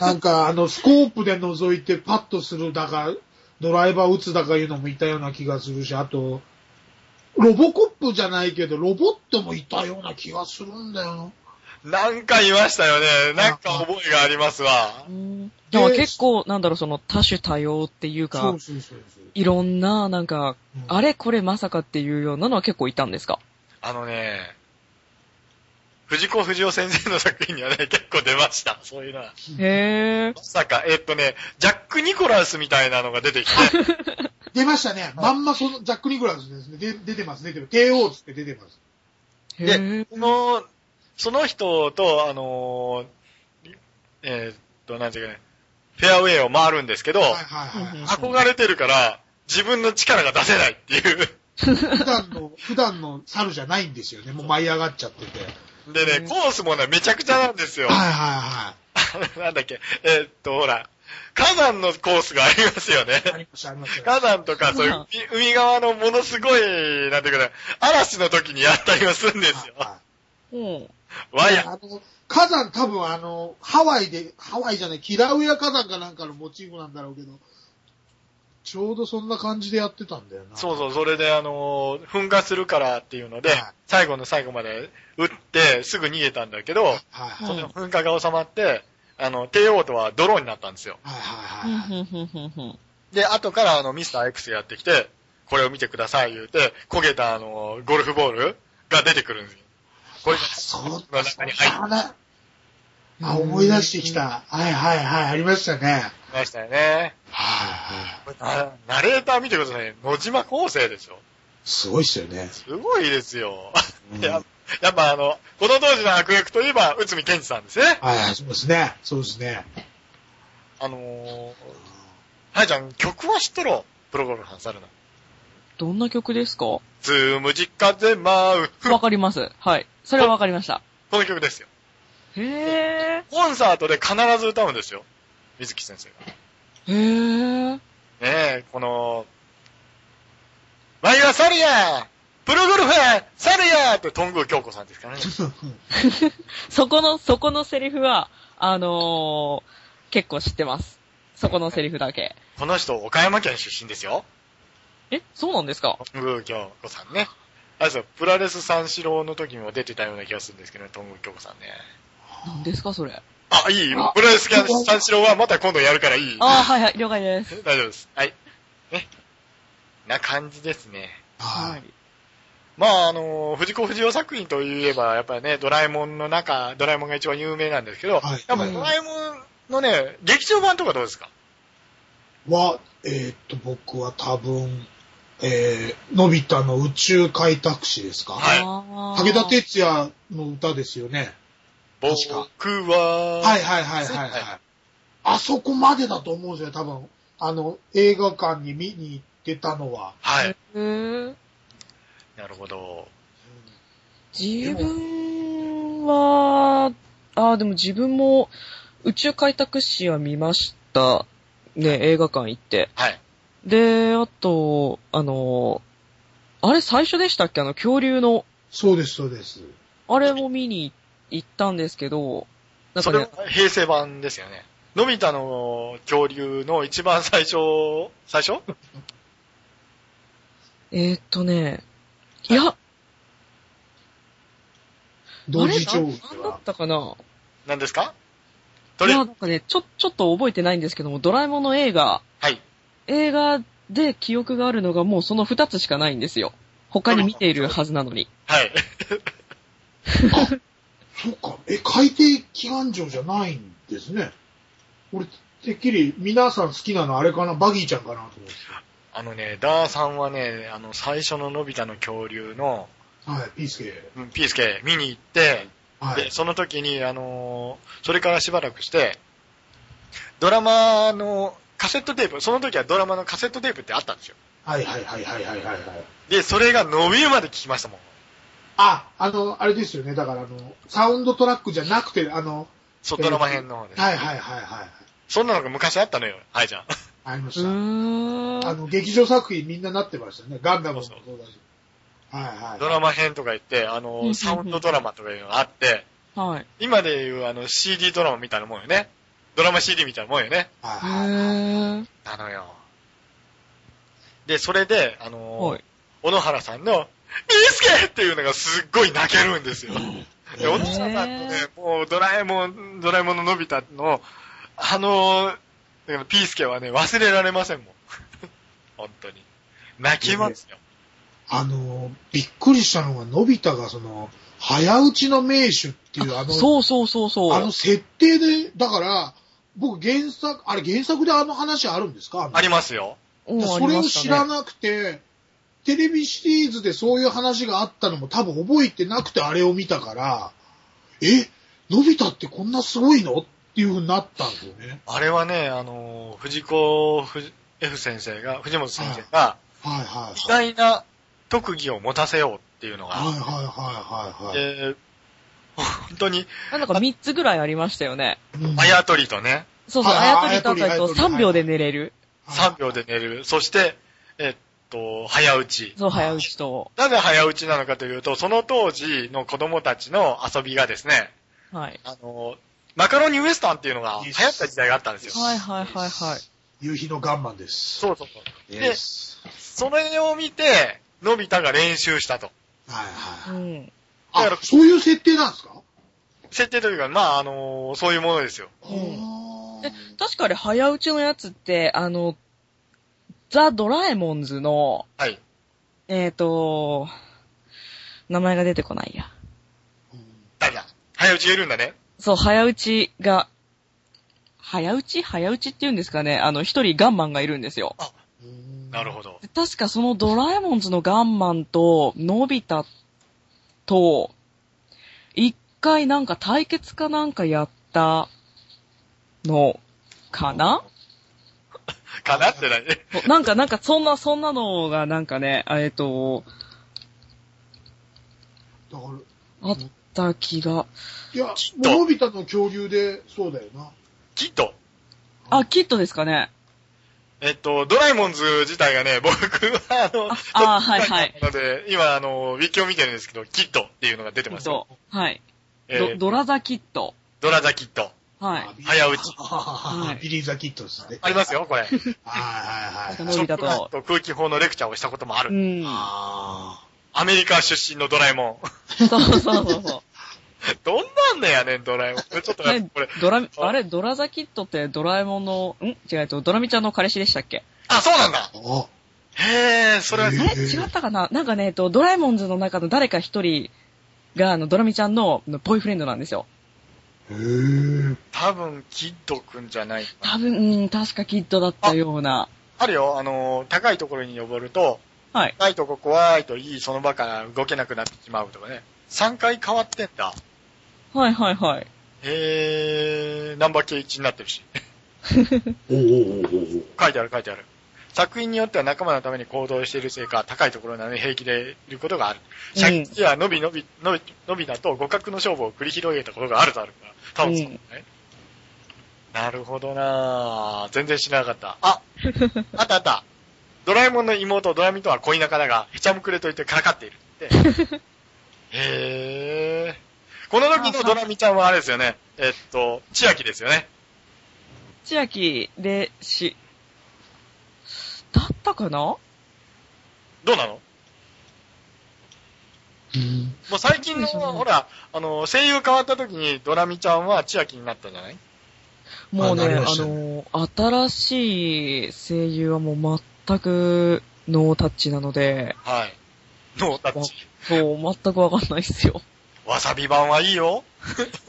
Speaker 2: なんかあの、スコープで覗いてパッとするだか、ドライバー打つだかいうのもいたような気がするし、あと、ロボコップじゃないけど、ロボットもいたような気がするんだよ
Speaker 3: なんかいましたよね。なんか覚えがありますわ
Speaker 1: う。んだから結構、なんだろう、その多種多様っていう
Speaker 2: な。そ
Speaker 1: か
Speaker 2: う、そうそうそう。
Speaker 1: いろんな、なんか、
Speaker 2: うん
Speaker 1: あれこれまさかっていうようなのは結構いたんですか
Speaker 3: あのね、藤子不二雄先生の作品にはね、結構出ました。そういうのは。
Speaker 1: へぇ
Speaker 3: まさか、えっとね、ジャック・ニコラスみたいなのが出てきて、
Speaker 2: 出ましたね。まんまその、ジャック・ニクラスですね。で出てます、出てる。帝王っつって出てます。
Speaker 1: ー。へ
Speaker 3: で
Speaker 1: ぇ、
Speaker 3: その、その人と、あのーえーっと、なんていうかね、フェアウェイを回るんですけど、
Speaker 2: はいはいはい。
Speaker 3: 憧れてるから、自分の力が出せないっていう。
Speaker 2: 普段の、普段の猿じゃないんですよね。もう舞い上がっちゃってて。
Speaker 3: で
Speaker 1: う
Speaker 3: ね、
Speaker 1: ん
Speaker 3: コースもね、めちゃくちゃなんですよ
Speaker 2: はい。は
Speaker 3: なんだっけ、えーっと、ほら、火山のコースがありますよね
Speaker 2: いはい。。ありました、ありました。
Speaker 3: 火山とか、そういう海海側のものすごい、なんていうかね、嵐の時にやったりはするんですよ。
Speaker 1: うん。
Speaker 3: わや、
Speaker 2: あの、火山多分あの、ハワイで、ハワイじゃない、キラウヤ火山かなんかのモチーフなんだろうけど、ちょうどそんな感じでやってたんだよな。
Speaker 3: そうそう、それで、あのー噴火するからっていうので
Speaker 2: はい、
Speaker 3: 最後の最後まで撃って、すぐ逃げたんだけど、
Speaker 2: はい
Speaker 1: ん
Speaker 2: はい
Speaker 3: その噴火が収まって、あの、帝王とはドローになったんですよ。
Speaker 2: はい
Speaker 1: ふ
Speaker 2: はい
Speaker 1: ん
Speaker 2: はい。
Speaker 1: ふんふんふんふん
Speaker 3: で、後から、あの、ミスター X がやってきて、これを見てください言うて、焦げた、あのーゴルフボールが出てくるんですよ。これが、
Speaker 2: そう
Speaker 3: の中に入っ
Speaker 2: だ。あ、思い出してきた。はいはいはい、ありましたね。
Speaker 3: てましたよね。
Speaker 2: はいはい。
Speaker 3: これなナレーター見てくださいね。野島康生ですよ。
Speaker 2: すごいっすよね。
Speaker 3: すごいですよ。
Speaker 2: うん
Speaker 3: ややっぱあの、この当時の悪役といえば、内海健二さんですね。
Speaker 2: はいはい、そうですね。そうですね。
Speaker 3: あのー、はいちゃん、曲は知っとろプロゴルファーさるな。
Speaker 1: どんな曲ですかわ
Speaker 3: ズーム実家で舞う。こ
Speaker 1: かります。はい。それはわかりました。
Speaker 3: の曲ですよ。
Speaker 1: へ
Speaker 3: コンサートで必ず歌うんですよ。水木先生が。
Speaker 1: ぇー。へぇー。
Speaker 3: ねえ、この、舞はサルヤプロゴルファーサルヤって、頓宮京子さんですからね。
Speaker 1: そこの、そこのセリフは、あのー、結構知ってます。そこのセリフだけ。
Speaker 3: この人、岡山県出身ですよ。
Speaker 1: え、そうなんですか
Speaker 3: 頓宮京子さんね。あれですよ、プラレス三四郎の時にも出てたような気がするんですけどね、頓宮京子さんね。
Speaker 1: 何ですかそれ。
Speaker 3: あ、いいプロレス三四郎はまた今度やるからいい。
Speaker 1: ああ、はいはい、了解です。
Speaker 3: 大丈夫です。はい。ね。な感じですね。
Speaker 2: は
Speaker 1: はいい。。
Speaker 3: まあ、あの、藤子不二雄作品といえば、やっぱりね、ドラえもんの中、ドラえもんが一番有名なんですけど、
Speaker 2: はい
Speaker 3: やっぱりドラえもんのね、劇場版とかどうですか
Speaker 2: は、えーっと、僕は多分、えー、のび太の宇宙開拓士ですか
Speaker 3: はい
Speaker 1: あ
Speaker 2: 武田
Speaker 1: ー
Speaker 2: 鉄矢の歌ですよね。
Speaker 3: 僕
Speaker 2: 確か
Speaker 3: は、
Speaker 2: はいはいはいはい、はい。あそこまでだと思うんですよね、多分。あの、映画館に見に行ってたのは。
Speaker 3: はい。
Speaker 1: へー
Speaker 3: なるほど。
Speaker 1: 自分は、ああ、でも自分も宇宙開拓士は見ました。ね、映画館行って。
Speaker 3: はい。
Speaker 1: で、あと、あのー、あれ最初でしたっけあの恐竜の、
Speaker 2: そうです、そうです。
Speaker 1: あれも見に行ったんですけど、なん
Speaker 3: そ
Speaker 1: か
Speaker 3: れは
Speaker 1: ね、
Speaker 3: 平成版ですよね。のび太の恐竜の一番最初、最初
Speaker 1: えーっとね、いや、
Speaker 2: 同
Speaker 1: あれ
Speaker 2: 時上映
Speaker 1: ななんだ
Speaker 2: は
Speaker 1: っ。たかな
Speaker 3: 何ですか
Speaker 1: い
Speaker 3: とり
Speaker 1: や、
Speaker 3: あ
Speaker 1: な
Speaker 3: えず、
Speaker 1: んかね、ちょ、ちょっと覚えてないんですけども、ドラえもんの映画、
Speaker 3: はい。
Speaker 1: 映画で記憶があるのがもうその二つしかないんですよ。他に見ているはずなのに。
Speaker 3: はい。
Speaker 2: そうか。え、海底祈願城じゃないんですね。俺、てっきり皆さん好きなのあれかなバギーちゃんかなと思って
Speaker 3: あのね、ダーさんはね、あの、最初ののび太の恐竜の、
Speaker 2: た。はい、ピースケ。
Speaker 3: うんピースケ見に行って、
Speaker 2: はい
Speaker 3: で、。その時に、あのーそれからしばらくして、ドラマのカセットテープ、その時はドラマのカセットテープってあったんですよ。
Speaker 2: はいはいはいはいはいはいはい。
Speaker 3: で、それが伸びるまで聞きましたもん。
Speaker 2: あ、あの、あれですよね。だからあの、サウンドトラックじゃなくて、あの、
Speaker 3: そう、ドラマ編の方で。
Speaker 2: はいはいはいはい。
Speaker 3: そんなのが昔あったのよ、はいじゃん。
Speaker 2: ありまし
Speaker 1: う
Speaker 2: た。あ
Speaker 1: ーん。
Speaker 2: の、劇場作品みんななってましたね。ガンダムもそ
Speaker 3: そうう
Speaker 2: だし。はいはい。
Speaker 3: ドラマ編とか言って、
Speaker 1: う
Speaker 3: あ
Speaker 1: んうん
Speaker 3: の
Speaker 1: う
Speaker 3: ー
Speaker 1: ん
Speaker 3: サウンドドラマとかいうのがあって、
Speaker 1: はい。
Speaker 3: 今でいうあの CD ドラマみたいなもんよね。ドラマ CD みたいなもんよね。
Speaker 1: へ
Speaker 2: はいはい。
Speaker 1: ー。
Speaker 3: なのよ。で、それで、あのー
Speaker 1: はい。
Speaker 3: 小野原さんの、ビースケっていうのがすっごい泣けるんですよ。で、お父さんだってね、もうドラえもん、ドラえもんののび太の、あの、だからピースケはね、忘れられません もん。本当に。泣きますよ。
Speaker 2: あの、びっくりしたのが、のび太がその、早打ちの名手っていう、あの、
Speaker 1: そうそうそうそう。
Speaker 2: あの設定で、だから、僕原作、あれ原作であの話あるんですかの
Speaker 3: ありますよ。
Speaker 1: うん
Speaker 2: それを知ら
Speaker 1: ありましたね
Speaker 2: なくて、テレビシリーズでそういう話があったのも多分覚えてなくてあれを見たから、え、のび太ってこんなすごいのっていう風になったんですよね。
Speaker 3: あれはね、あの、藤子ふじ F 先生が、藤本先生が、
Speaker 2: はいはい
Speaker 3: 偉
Speaker 2: はい。
Speaker 3: 大な特技を持たせようっていうのが、
Speaker 2: はいはいはいはいはい。
Speaker 3: で本当に、
Speaker 1: なんか3つぐらいありましたよね。
Speaker 2: うん
Speaker 3: あやとりとね、
Speaker 1: そうそう、
Speaker 2: あ
Speaker 1: あやとりとか
Speaker 2: あやと
Speaker 1: と
Speaker 2: り
Speaker 1: 3秒で寝れる。
Speaker 3: 3秒で寝る、そして、えっと、早打ち。
Speaker 1: そう、早打ちと。
Speaker 3: なぜ早打ちなのかというと、その当時の子供たちの遊びがですね、
Speaker 1: はい。
Speaker 3: あの、マカロニウエスタンっていうのが流行った時代があったんですよ。
Speaker 1: はいはいはいはい。
Speaker 2: 夕日のガンマンです。
Speaker 3: そうそうそう。
Speaker 2: う
Speaker 3: で
Speaker 2: す。
Speaker 3: それを見て、のび太が練習したと。
Speaker 2: はいうはい。
Speaker 1: ん。
Speaker 3: だか
Speaker 2: あ
Speaker 3: ら、
Speaker 2: そういう設定なんですか
Speaker 3: 設定というか、まあ、あのーそういうものですよ。
Speaker 2: あ
Speaker 1: で
Speaker 2: ー
Speaker 1: 確かに早打ちのやつって、あの、ザ・ドラえもんズの、
Speaker 3: はい。
Speaker 1: えっ、ー、と、名前が出てこないや。
Speaker 3: 誰だ早打ちがいるんだね。
Speaker 1: そう、早打ちが、早打ち早打ちって言うんですかね。あの、一人ガンマンがいるんですよ。
Speaker 2: うん
Speaker 3: なるほど。
Speaker 1: で確かそのドラえもんズのガンマンと、のび太と、一回なんか対決かなんかやったの、かな
Speaker 3: かなってない。
Speaker 1: そうなんか、なんか、そんな、そんなのが、なんかね、えっ、と、
Speaker 2: だから、
Speaker 1: あった気が。
Speaker 2: いや、も
Speaker 3: きっと
Speaker 2: うのび太の恐竜で、そうだよな。
Speaker 3: きっと。
Speaker 1: あ、キットですかね。
Speaker 3: えっと、ドラえもんズ自体がね、僕 は、あの、
Speaker 1: ああはいはい
Speaker 3: なので、今、あの、ウィキを見てるんですけど、キットっていうのが出て
Speaker 1: キ
Speaker 3: ま
Speaker 1: ッ
Speaker 3: すよ。
Speaker 1: ト。はい。
Speaker 3: えー
Speaker 1: ドドラザキット。
Speaker 3: ドラザキット。
Speaker 1: はい。
Speaker 2: あ
Speaker 3: 早打ち。
Speaker 2: はいいビリーザキットですね。
Speaker 3: ありますよ、これ。
Speaker 2: はいはい
Speaker 1: の
Speaker 2: はい。
Speaker 1: び太と
Speaker 3: ショックガンと空気砲のレクチャーをしたこともあ
Speaker 1: う
Speaker 3: る。
Speaker 1: ん。
Speaker 2: あ
Speaker 3: アメリカ出身のドラえもん。
Speaker 1: そうそうそうそう。
Speaker 3: どんなんだやねん、ドラえもん。ちょっと待って、
Speaker 1: ね
Speaker 3: これ。、
Speaker 1: ドラ、あれ、ドラザキットってドラえもんの、ん違う違う、ドラミちゃんの彼氏でしたっけ
Speaker 3: あ、そうなんだ
Speaker 2: ー。あ。
Speaker 3: へえ、それは、
Speaker 2: え
Speaker 1: え
Speaker 2: ー
Speaker 1: 違ったかななんかね、えっと、ドラえもんズの中の誰か一人が、あの、ドラミちゃんの、あのボーイフレンドなんですよ。
Speaker 2: へぇ
Speaker 3: 多分、キッドくんじゃないかな
Speaker 1: 多分、うん、確かキッドだったような。
Speaker 3: あるよ、あのー、高いところに登ると、
Speaker 1: はい。
Speaker 3: 高いとこ怖いといい、その場から動けなくなってしまうとかね。3回変わってんだ。
Speaker 1: はいはいはい。
Speaker 3: へえ、ナンバーケイチになってるし。
Speaker 2: おおおお
Speaker 3: 書いてある書いてある。作品によっては仲間のために行動しているせいか、高いところなのに平気でいることがある。
Speaker 1: うん
Speaker 3: 借金やのびのび、のび、のびだと互角の勝負を繰り広げたことがあるとあるから。多分そうだね。なるほどなぁ。全然知らなかった。ああったあった。ドラえもんの妹、ドラミとは恋仲だが、へちゃむくれと言ってからかっているって。へぇー。この時のドラミちゃんはあれですよね。えっと、千秋ですよね。
Speaker 1: 千秋で、し、だったかな
Speaker 3: どうなのもう最近の、
Speaker 1: そうでしょうね
Speaker 3: ほら、あの、声優変わった時にドラミちゃんは千秋になったんじゃない
Speaker 1: もうね、
Speaker 2: あなり
Speaker 1: あ
Speaker 2: ました
Speaker 1: の、新しい声優はもう全くノータッチなので、
Speaker 3: はい。ノータッチ。
Speaker 1: そう、全くわかんないっすよ。
Speaker 3: わさび版はいいよ。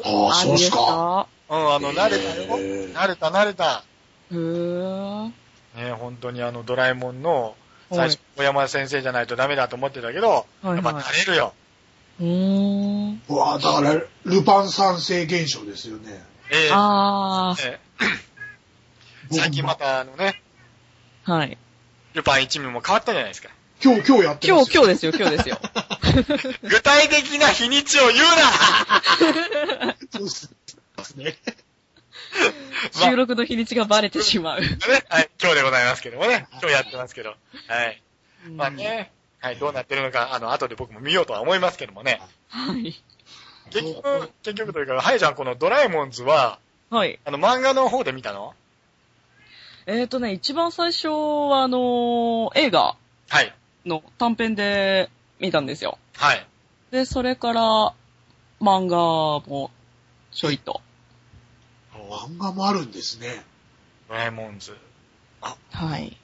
Speaker 2: ああ、そうっすか。
Speaker 3: うん、あの、慣れたよ。
Speaker 2: へー
Speaker 3: 慣れた慣れた。
Speaker 1: へぇ
Speaker 3: ね本当にあの、ドラえもんの、
Speaker 1: ー。
Speaker 3: 最初、小山先生じゃないとダメだと思ってたけど、
Speaker 1: はい
Speaker 3: やっぱ
Speaker 1: はい
Speaker 3: 慣れるよ。
Speaker 1: うーん。
Speaker 2: うわだから、ルパン三世現象ですよね。
Speaker 3: ええ
Speaker 1: あ
Speaker 3: ええ最近またあのね、
Speaker 1: あ、はい。
Speaker 3: ルパン一味も変わったじゃないですか。
Speaker 2: 今日、今日やって
Speaker 1: 今
Speaker 2: ます
Speaker 1: 日、今日ですよ、今日 ですよ。
Speaker 3: 具体的な日にちを言うな
Speaker 2: 日。そうっすね。
Speaker 3: まあ
Speaker 1: 収録の日にちがバレてしまう。
Speaker 3: ねはい、今日でございますけどもね。今日やってますけど。はい。まあね、はい、どうなってるのか、あの、後で僕も見ようとは思いますけどもね。
Speaker 1: はい。
Speaker 3: 結局、結局というか、はいじゃん、このドラえもんズは、
Speaker 1: はい。
Speaker 3: あの、漫画の方で見たの
Speaker 1: えっ、ー、とね、一番最初は、あのー映画
Speaker 3: はい。
Speaker 1: の短編で見たんですよ。
Speaker 3: はい。
Speaker 1: で、それから、漫画も、ちょいと。
Speaker 2: 漫画もあるんですね。
Speaker 3: ドラえもんズ。
Speaker 1: はい。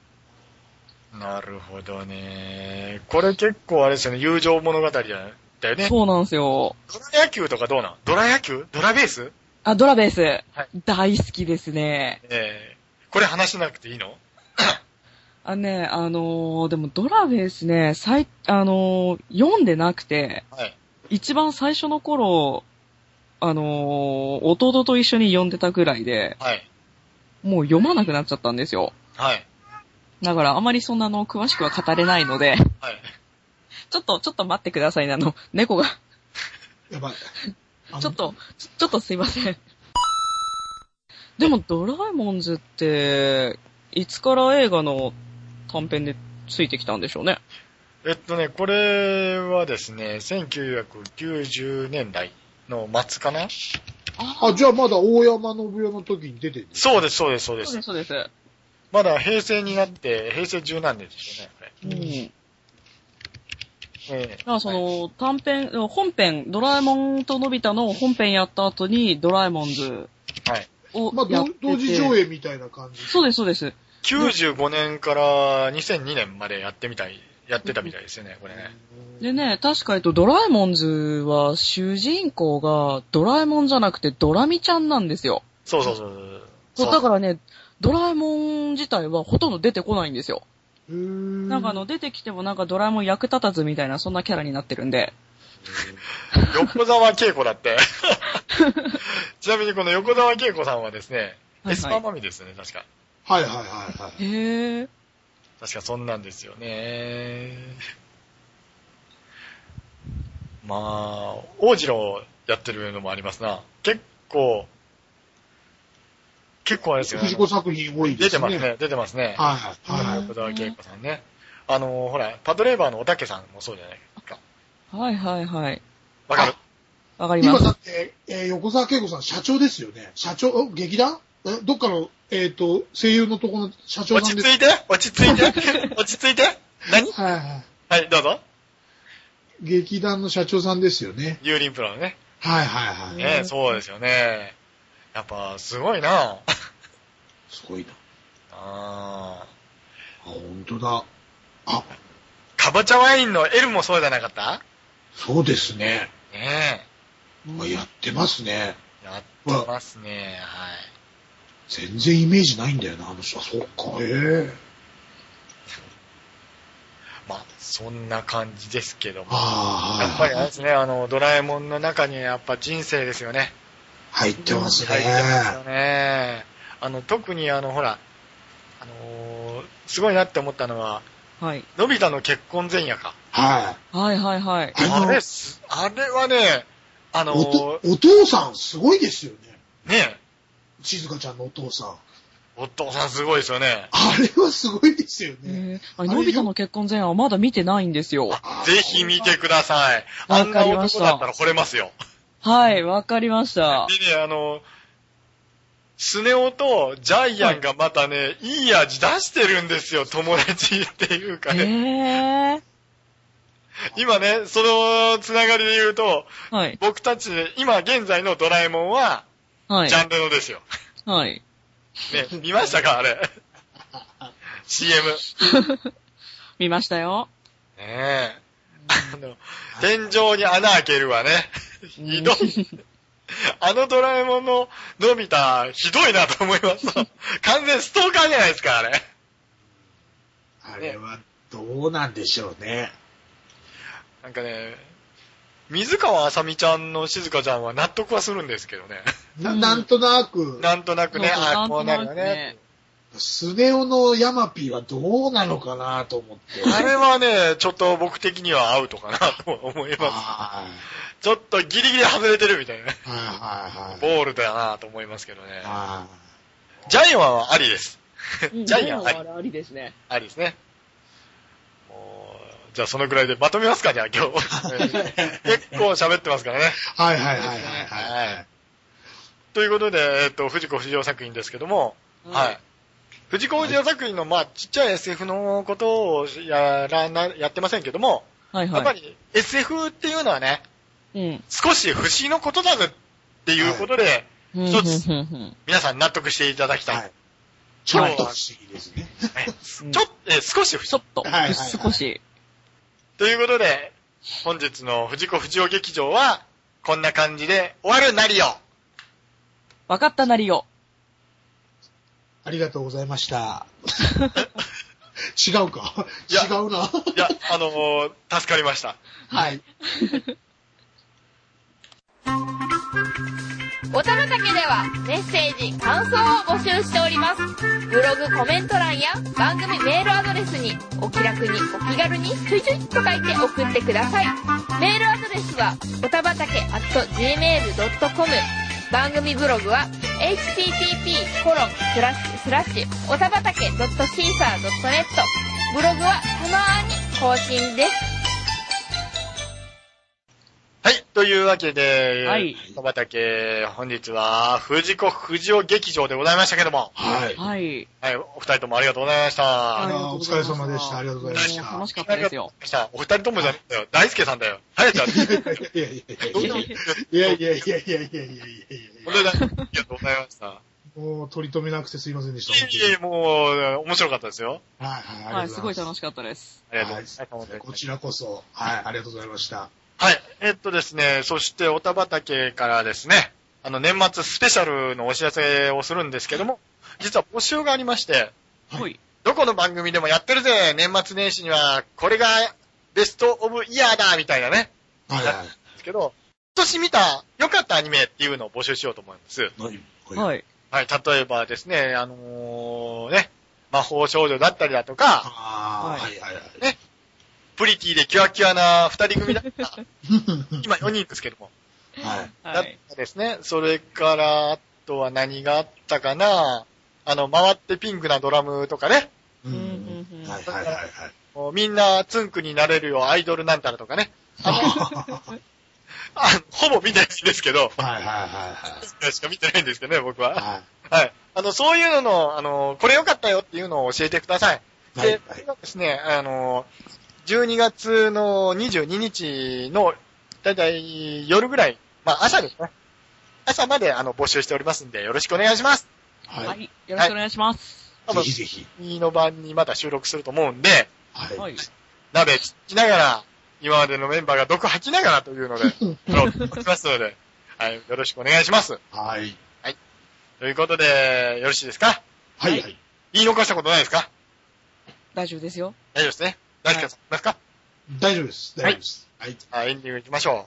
Speaker 3: なるほどね。これ結構あれですよね、友情物語だよね。
Speaker 1: そうなんですよ。
Speaker 3: ドラ野球とかどうなんドラ野球ドラベース
Speaker 1: あ、ドラベース。
Speaker 3: い
Speaker 1: 大好きですね。
Speaker 3: ええこれ話しなくていいの
Speaker 1: あのね、あのーでもドラベースね、最、あのー読んでなくて、
Speaker 3: はい。
Speaker 1: 一番最初の頃、あのー弟と一緒に読んでたぐらいで、
Speaker 3: はい。
Speaker 1: もう読まなくなっちゃったんですよ。
Speaker 3: はい。
Speaker 1: だからあまりそんなの詳しくは語れないので、
Speaker 3: はい。
Speaker 1: ちょっと、ちょっと待ってくださいね、あの、猫が、
Speaker 2: やばい。
Speaker 1: ちょっと、ちょちょっとすいません。でもドラえもんズって、いつから映画の短編でついてきたんでしょうね。
Speaker 3: えっとね、これはですね、1990年代の末かな
Speaker 2: あの。あ、じゃあまだ大山信代の時に出てる
Speaker 3: そうです、そうです、そうで。
Speaker 1: そうですす、そうです。
Speaker 3: まだ平成になって、平成十何年ですよね、これ。
Speaker 1: うん。
Speaker 3: ええ
Speaker 1: まあそ
Speaker 3: はい
Speaker 1: の、短編、本編、ドラえもんとのび太の本編やった後に、ドラえもんズ
Speaker 3: はい。
Speaker 1: を
Speaker 2: まあ、
Speaker 1: やっ
Speaker 2: 同
Speaker 1: てて、
Speaker 2: 同時上映みたいな感じ。
Speaker 1: そうです、そうです。
Speaker 3: 95年から2002年までやってみたい、やってたみたいですよね、これね。
Speaker 1: でね、確かえっと、ドラえもんズは主人公がドラえもんじゃなくてドラミちゃんなんですよ。
Speaker 3: そうそうそうそう。
Speaker 1: そう、だからね、ドラえもん自体はほとんど出てこないんですよ。
Speaker 2: へー
Speaker 1: なんかあの、出てきてもなんかドラえもん役立たずみたいな、そんなキャラになってるんで。
Speaker 3: 横沢恵子だって。 ちなみにこの横沢恵子さんはですね、
Speaker 1: はいはい
Speaker 3: エスパーマミですよね、確か。
Speaker 2: はいはいはいはい。
Speaker 1: へえ。
Speaker 3: 確かそんなんですよね。まあ、王子郎やってるのもありますな。結構、結構あれですよね
Speaker 2: 藤。子作品多いで
Speaker 3: 出
Speaker 2: す
Speaker 3: て
Speaker 2: ね。
Speaker 3: ますね、出てますね。
Speaker 2: はいはいはい。
Speaker 3: 横沢恵子さんね。あの、ほら、パトレーバーのおたけさんもそうじゃないですか。
Speaker 1: はいはいはい。
Speaker 3: わかる
Speaker 1: わかりま
Speaker 2: 今
Speaker 1: す
Speaker 2: だ。って、えー横澤恵子さん、社長ですよね。社長、お劇団えどっかの、えっ、と、声優のとこの社長
Speaker 3: 落
Speaker 2: なん
Speaker 3: ち
Speaker 2: で
Speaker 3: 着
Speaker 2: す。
Speaker 3: いて落ち着 いて落ち着いて何
Speaker 2: はいはい。
Speaker 3: はい、どうぞ。
Speaker 2: 劇団の社長さんですよね。
Speaker 3: ユーリンプロのね。
Speaker 2: はいはいはい。
Speaker 3: ね
Speaker 1: う、ん
Speaker 3: そうですよね。やっぱ、すごいな
Speaker 2: すごいな。
Speaker 3: あー
Speaker 2: あ、本当だ。あ、
Speaker 3: かぼちゃワインの L もそうじゃなかった
Speaker 2: そうですね。
Speaker 3: ね
Speaker 2: あやってますね。
Speaker 3: え。やってますね。はい。
Speaker 2: 全然イメージないんだよな、あの人は。そっか、ええ
Speaker 3: まあ、そんな感じですけども。
Speaker 2: ああ、
Speaker 3: やっぱ
Speaker 2: はい
Speaker 3: りあ
Speaker 2: は
Speaker 3: れ
Speaker 2: い
Speaker 3: で。すね、あの、ドラえもんの中にやっぱ人生ですよね。
Speaker 2: 入ってますね。
Speaker 3: 入ってますよね。あの、特にあの、ほら、あのーすごいなって思ったのは、
Speaker 1: はい。
Speaker 3: のび太の結婚前夜か。
Speaker 2: はい。
Speaker 1: はいはいはい。
Speaker 2: あ
Speaker 3: あ
Speaker 2: の
Speaker 3: れす、あれはね、あの
Speaker 2: お
Speaker 3: ー
Speaker 2: とお父さん、すごいですよね。
Speaker 3: ねえ、
Speaker 2: 静香ちゃんのお父さん。
Speaker 3: お父さんすごいですよね。
Speaker 2: あれはすごいですよね。
Speaker 1: えーあれのび太の結婚前夜はまだ見てないんですよ。
Speaker 3: ぜひ見てください。あ
Speaker 1: わ
Speaker 3: ん
Speaker 1: か
Speaker 3: な
Speaker 1: りまし
Speaker 3: 男だった
Speaker 1: た。
Speaker 3: ら惚れますよ。
Speaker 1: はい、わかりました。
Speaker 3: でね、あの、スネ夫とジャイアンがまたね、いい味出してるんですよ、友達っていうか
Speaker 1: え
Speaker 3: ね。
Speaker 1: え
Speaker 3: 今ね、そのつながりで言うと、
Speaker 1: ー。はい、
Speaker 3: 僕たち、今現在のドラえもんは、
Speaker 1: はい
Speaker 3: ジ、ャンルのですよ。
Speaker 1: はい。
Speaker 3: ね、見ましたかあれ。CM。ね
Speaker 1: 見ましたよ。
Speaker 3: え。あの、天井に穴開けるわね。ひどい。あのドラえもんののび太、ひどいなと思いました。完全ストーカーじゃないですか、あれ。
Speaker 2: あれはどうなんでしょうね。
Speaker 3: なんかね、水川あさみちゃんの静香ちゃんは納得はするんですけどね。
Speaker 2: な
Speaker 1: うん
Speaker 2: なんとなく、
Speaker 3: なんとなくね、
Speaker 1: そうそう
Speaker 3: あこうなる
Speaker 1: な
Speaker 3: よ
Speaker 1: んとなくね
Speaker 3: ね。
Speaker 2: スネ夫のヤマピーはどうなのかなと思って。
Speaker 3: あれはね、ちょっと僕的にはアウトかなと思います。
Speaker 2: はい
Speaker 3: ちょっとギリギリ外れてるみたいな。
Speaker 2: はいはいはい。
Speaker 3: ボールだなと思いますけどね。
Speaker 2: は
Speaker 3: ジャイアンはありです。
Speaker 1: うん
Speaker 3: ジャイアン
Speaker 1: は
Speaker 3: はあ
Speaker 1: あ
Speaker 3: り
Speaker 1: れありですね。
Speaker 3: ありですね。もうじゃあそのくらいでまとめますか、じゃあ 今日。結構喋ってますからね。
Speaker 2: いはいはいはいはい。
Speaker 3: はい。ということで、えっと、藤子不二雄作品ですけども、はい。。藤子不二雄作品の、まあ、ちっちゃい SF のことをやらな、やってませんけども、
Speaker 1: はい
Speaker 3: やっぱ
Speaker 1: は
Speaker 3: り SF っていうのはね、
Speaker 1: い。うん。
Speaker 3: 少し不思議のことだぜっていうことで、一つ
Speaker 1: うんうんうんうん
Speaker 3: 皆さん納得していただきたい。
Speaker 2: はいちょっと不思議ですね。
Speaker 3: ね ちょっと、え少し不思議
Speaker 1: ちょっと
Speaker 2: はいはいは、い
Speaker 1: 少し。
Speaker 3: ということで、本日の藤子不二雄劇場は、こんな感じで終わるなりよ
Speaker 1: わかったなりよ。
Speaker 2: ありがとうございました。 違うか
Speaker 3: いや
Speaker 2: 違うな。
Speaker 3: いや、あの ー助かりました。
Speaker 2: はい。
Speaker 4: おたまたけではメッセージ、感想を募集しております。ブログコメント欄や番組メールアドレスにお気楽にお気軽にちょいちょいと書いて送ってください。メールアドレスはおたまたけ at gmail.com 番組ブログは http コロンスラッシュスラッシュおたまたけ .caesar.net ブログはたまーに更新です。
Speaker 3: はい、というわけで、
Speaker 1: はい
Speaker 3: 野畑、本日は、藤子不二雄劇場でございましたけども、
Speaker 2: はい。
Speaker 1: はい。
Speaker 3: はい、お二人ともありがとうございまし
Speaker 1: あ
Speaker 3: た。
Speaker 1: りがとうございま
Speaker 2: お疲れ様でしたありがとうございました
Speaker 1: もう楽しかったですよ。
Speaker 3: お二人ともじゃないんだよ。大輔さんだよ。はやちゃん。
Speaker 2: いやいやいやいやいやいやいやいやいやいやいやいやいや
Speaker 3: 本当にありがとうございました。
Speaker 2: もう取り留めなくてすいませんでした。
Speaker 3: いえいえ、もう、面白かったですよ。
Speaker 2: はいはい。
Speaker 1: はい、すごい楽
Speaker 2: し
Speaker 1: しかったです。
Speaker 3: ありがとうございます。
Speaker 2: はい、こちらこそ、はい、ありがとうございました。
Speaker 3: はい。えっとですね、そして、おたばたけからですね、あの、年末スペシャルのお知らせをするんですけども、実は募集がありまして、
Speaker 2: はい
Speaker 1: はい。
Speaker 3: どこの番組でもやってるぜ年末年始には、これがベストオブイヤーだみたいなね、
Speaker 2: はいはい。
Speaker 3: ですけど、今年見た良かったアニメっていうのを募集しようと思います。
Speaker 2: はい。
Speaker 1: はい。
Speaker 3: はい。例えばですね、あのーね、魔法少女だったりだとか、
Speaker 2: ああ、はいはいはい。
Speaker 3: プリティでキュアキュアな二人組だった。今4人ですけども。
Speaker 2: はい。
Speaker 3: だ
Speaker 1: は
Speaker 3: っ
Speaker 1: い。
Speaker 3: たですね。それから、あとは何があったかなあの、回ってピンクなドラムとかね。
Speaker 2: うんはいはいはいはい。
Speaker 3: もうみんなツンクになれるよ、アイドルなんたらとかね。
Speaker 2: はい
Speaker 3: あほぼ見てないんですけど、
Speaker 2: はいはい
Speaker 3: しか見てないんですけどね、僕は。
Speaker 2: はい。
Speaker 3: はい。あの、そういうのの、あの、これ良かったよっていうのを教えてください。で、
Speaker 2: はい
Speaker 3: これがですね、あの、12月の22日の、だいたい夜ぐらい、まあ朝ですね。朝まであの募集しておりますんで、よろしくお願いします。
Speaker 1: は。
Speaker 2: はい
Speaker 1: よろしくお願いします。
Speaker 3: 多
Speaker 2: い。ぜ
Speaker 3: 分
Speaker 2: ひぜひ。
Speaker 3: 次の晩にまた収録すると思うんで、
Speaker 2: は
Speaker 1: はいい。。
Speaker 3: 鍋聞きながら、今までのメンバーが毒吐きながらというので、聞きますので、はい、よろしくお願いします。
Speaker 2: はい。
Speaker 3: ということで、よろしいですか
Speaker 2: はいはい。
Speaker 3: 言い残したことないですか
Speaker 1: 大丈夫ですよ。
Speaker 3: 大丈夫ですね。大輔さん、いますか
Speaker 2: 大丈夫です。大丈夫です。はい。
Speaker 3: はい、エンディング行きましょう。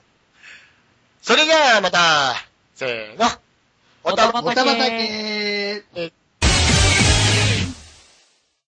Speaker 3: それじゃあ、また、せーの。おたま
Speaker 1: お
Speaker 2: お
Speaker 1: た
Speaker 2: た
Speaker 1: ま
Speaker 2: ま
Speaker 1: たけ
Speaker 2: たけ
Speaker 3: え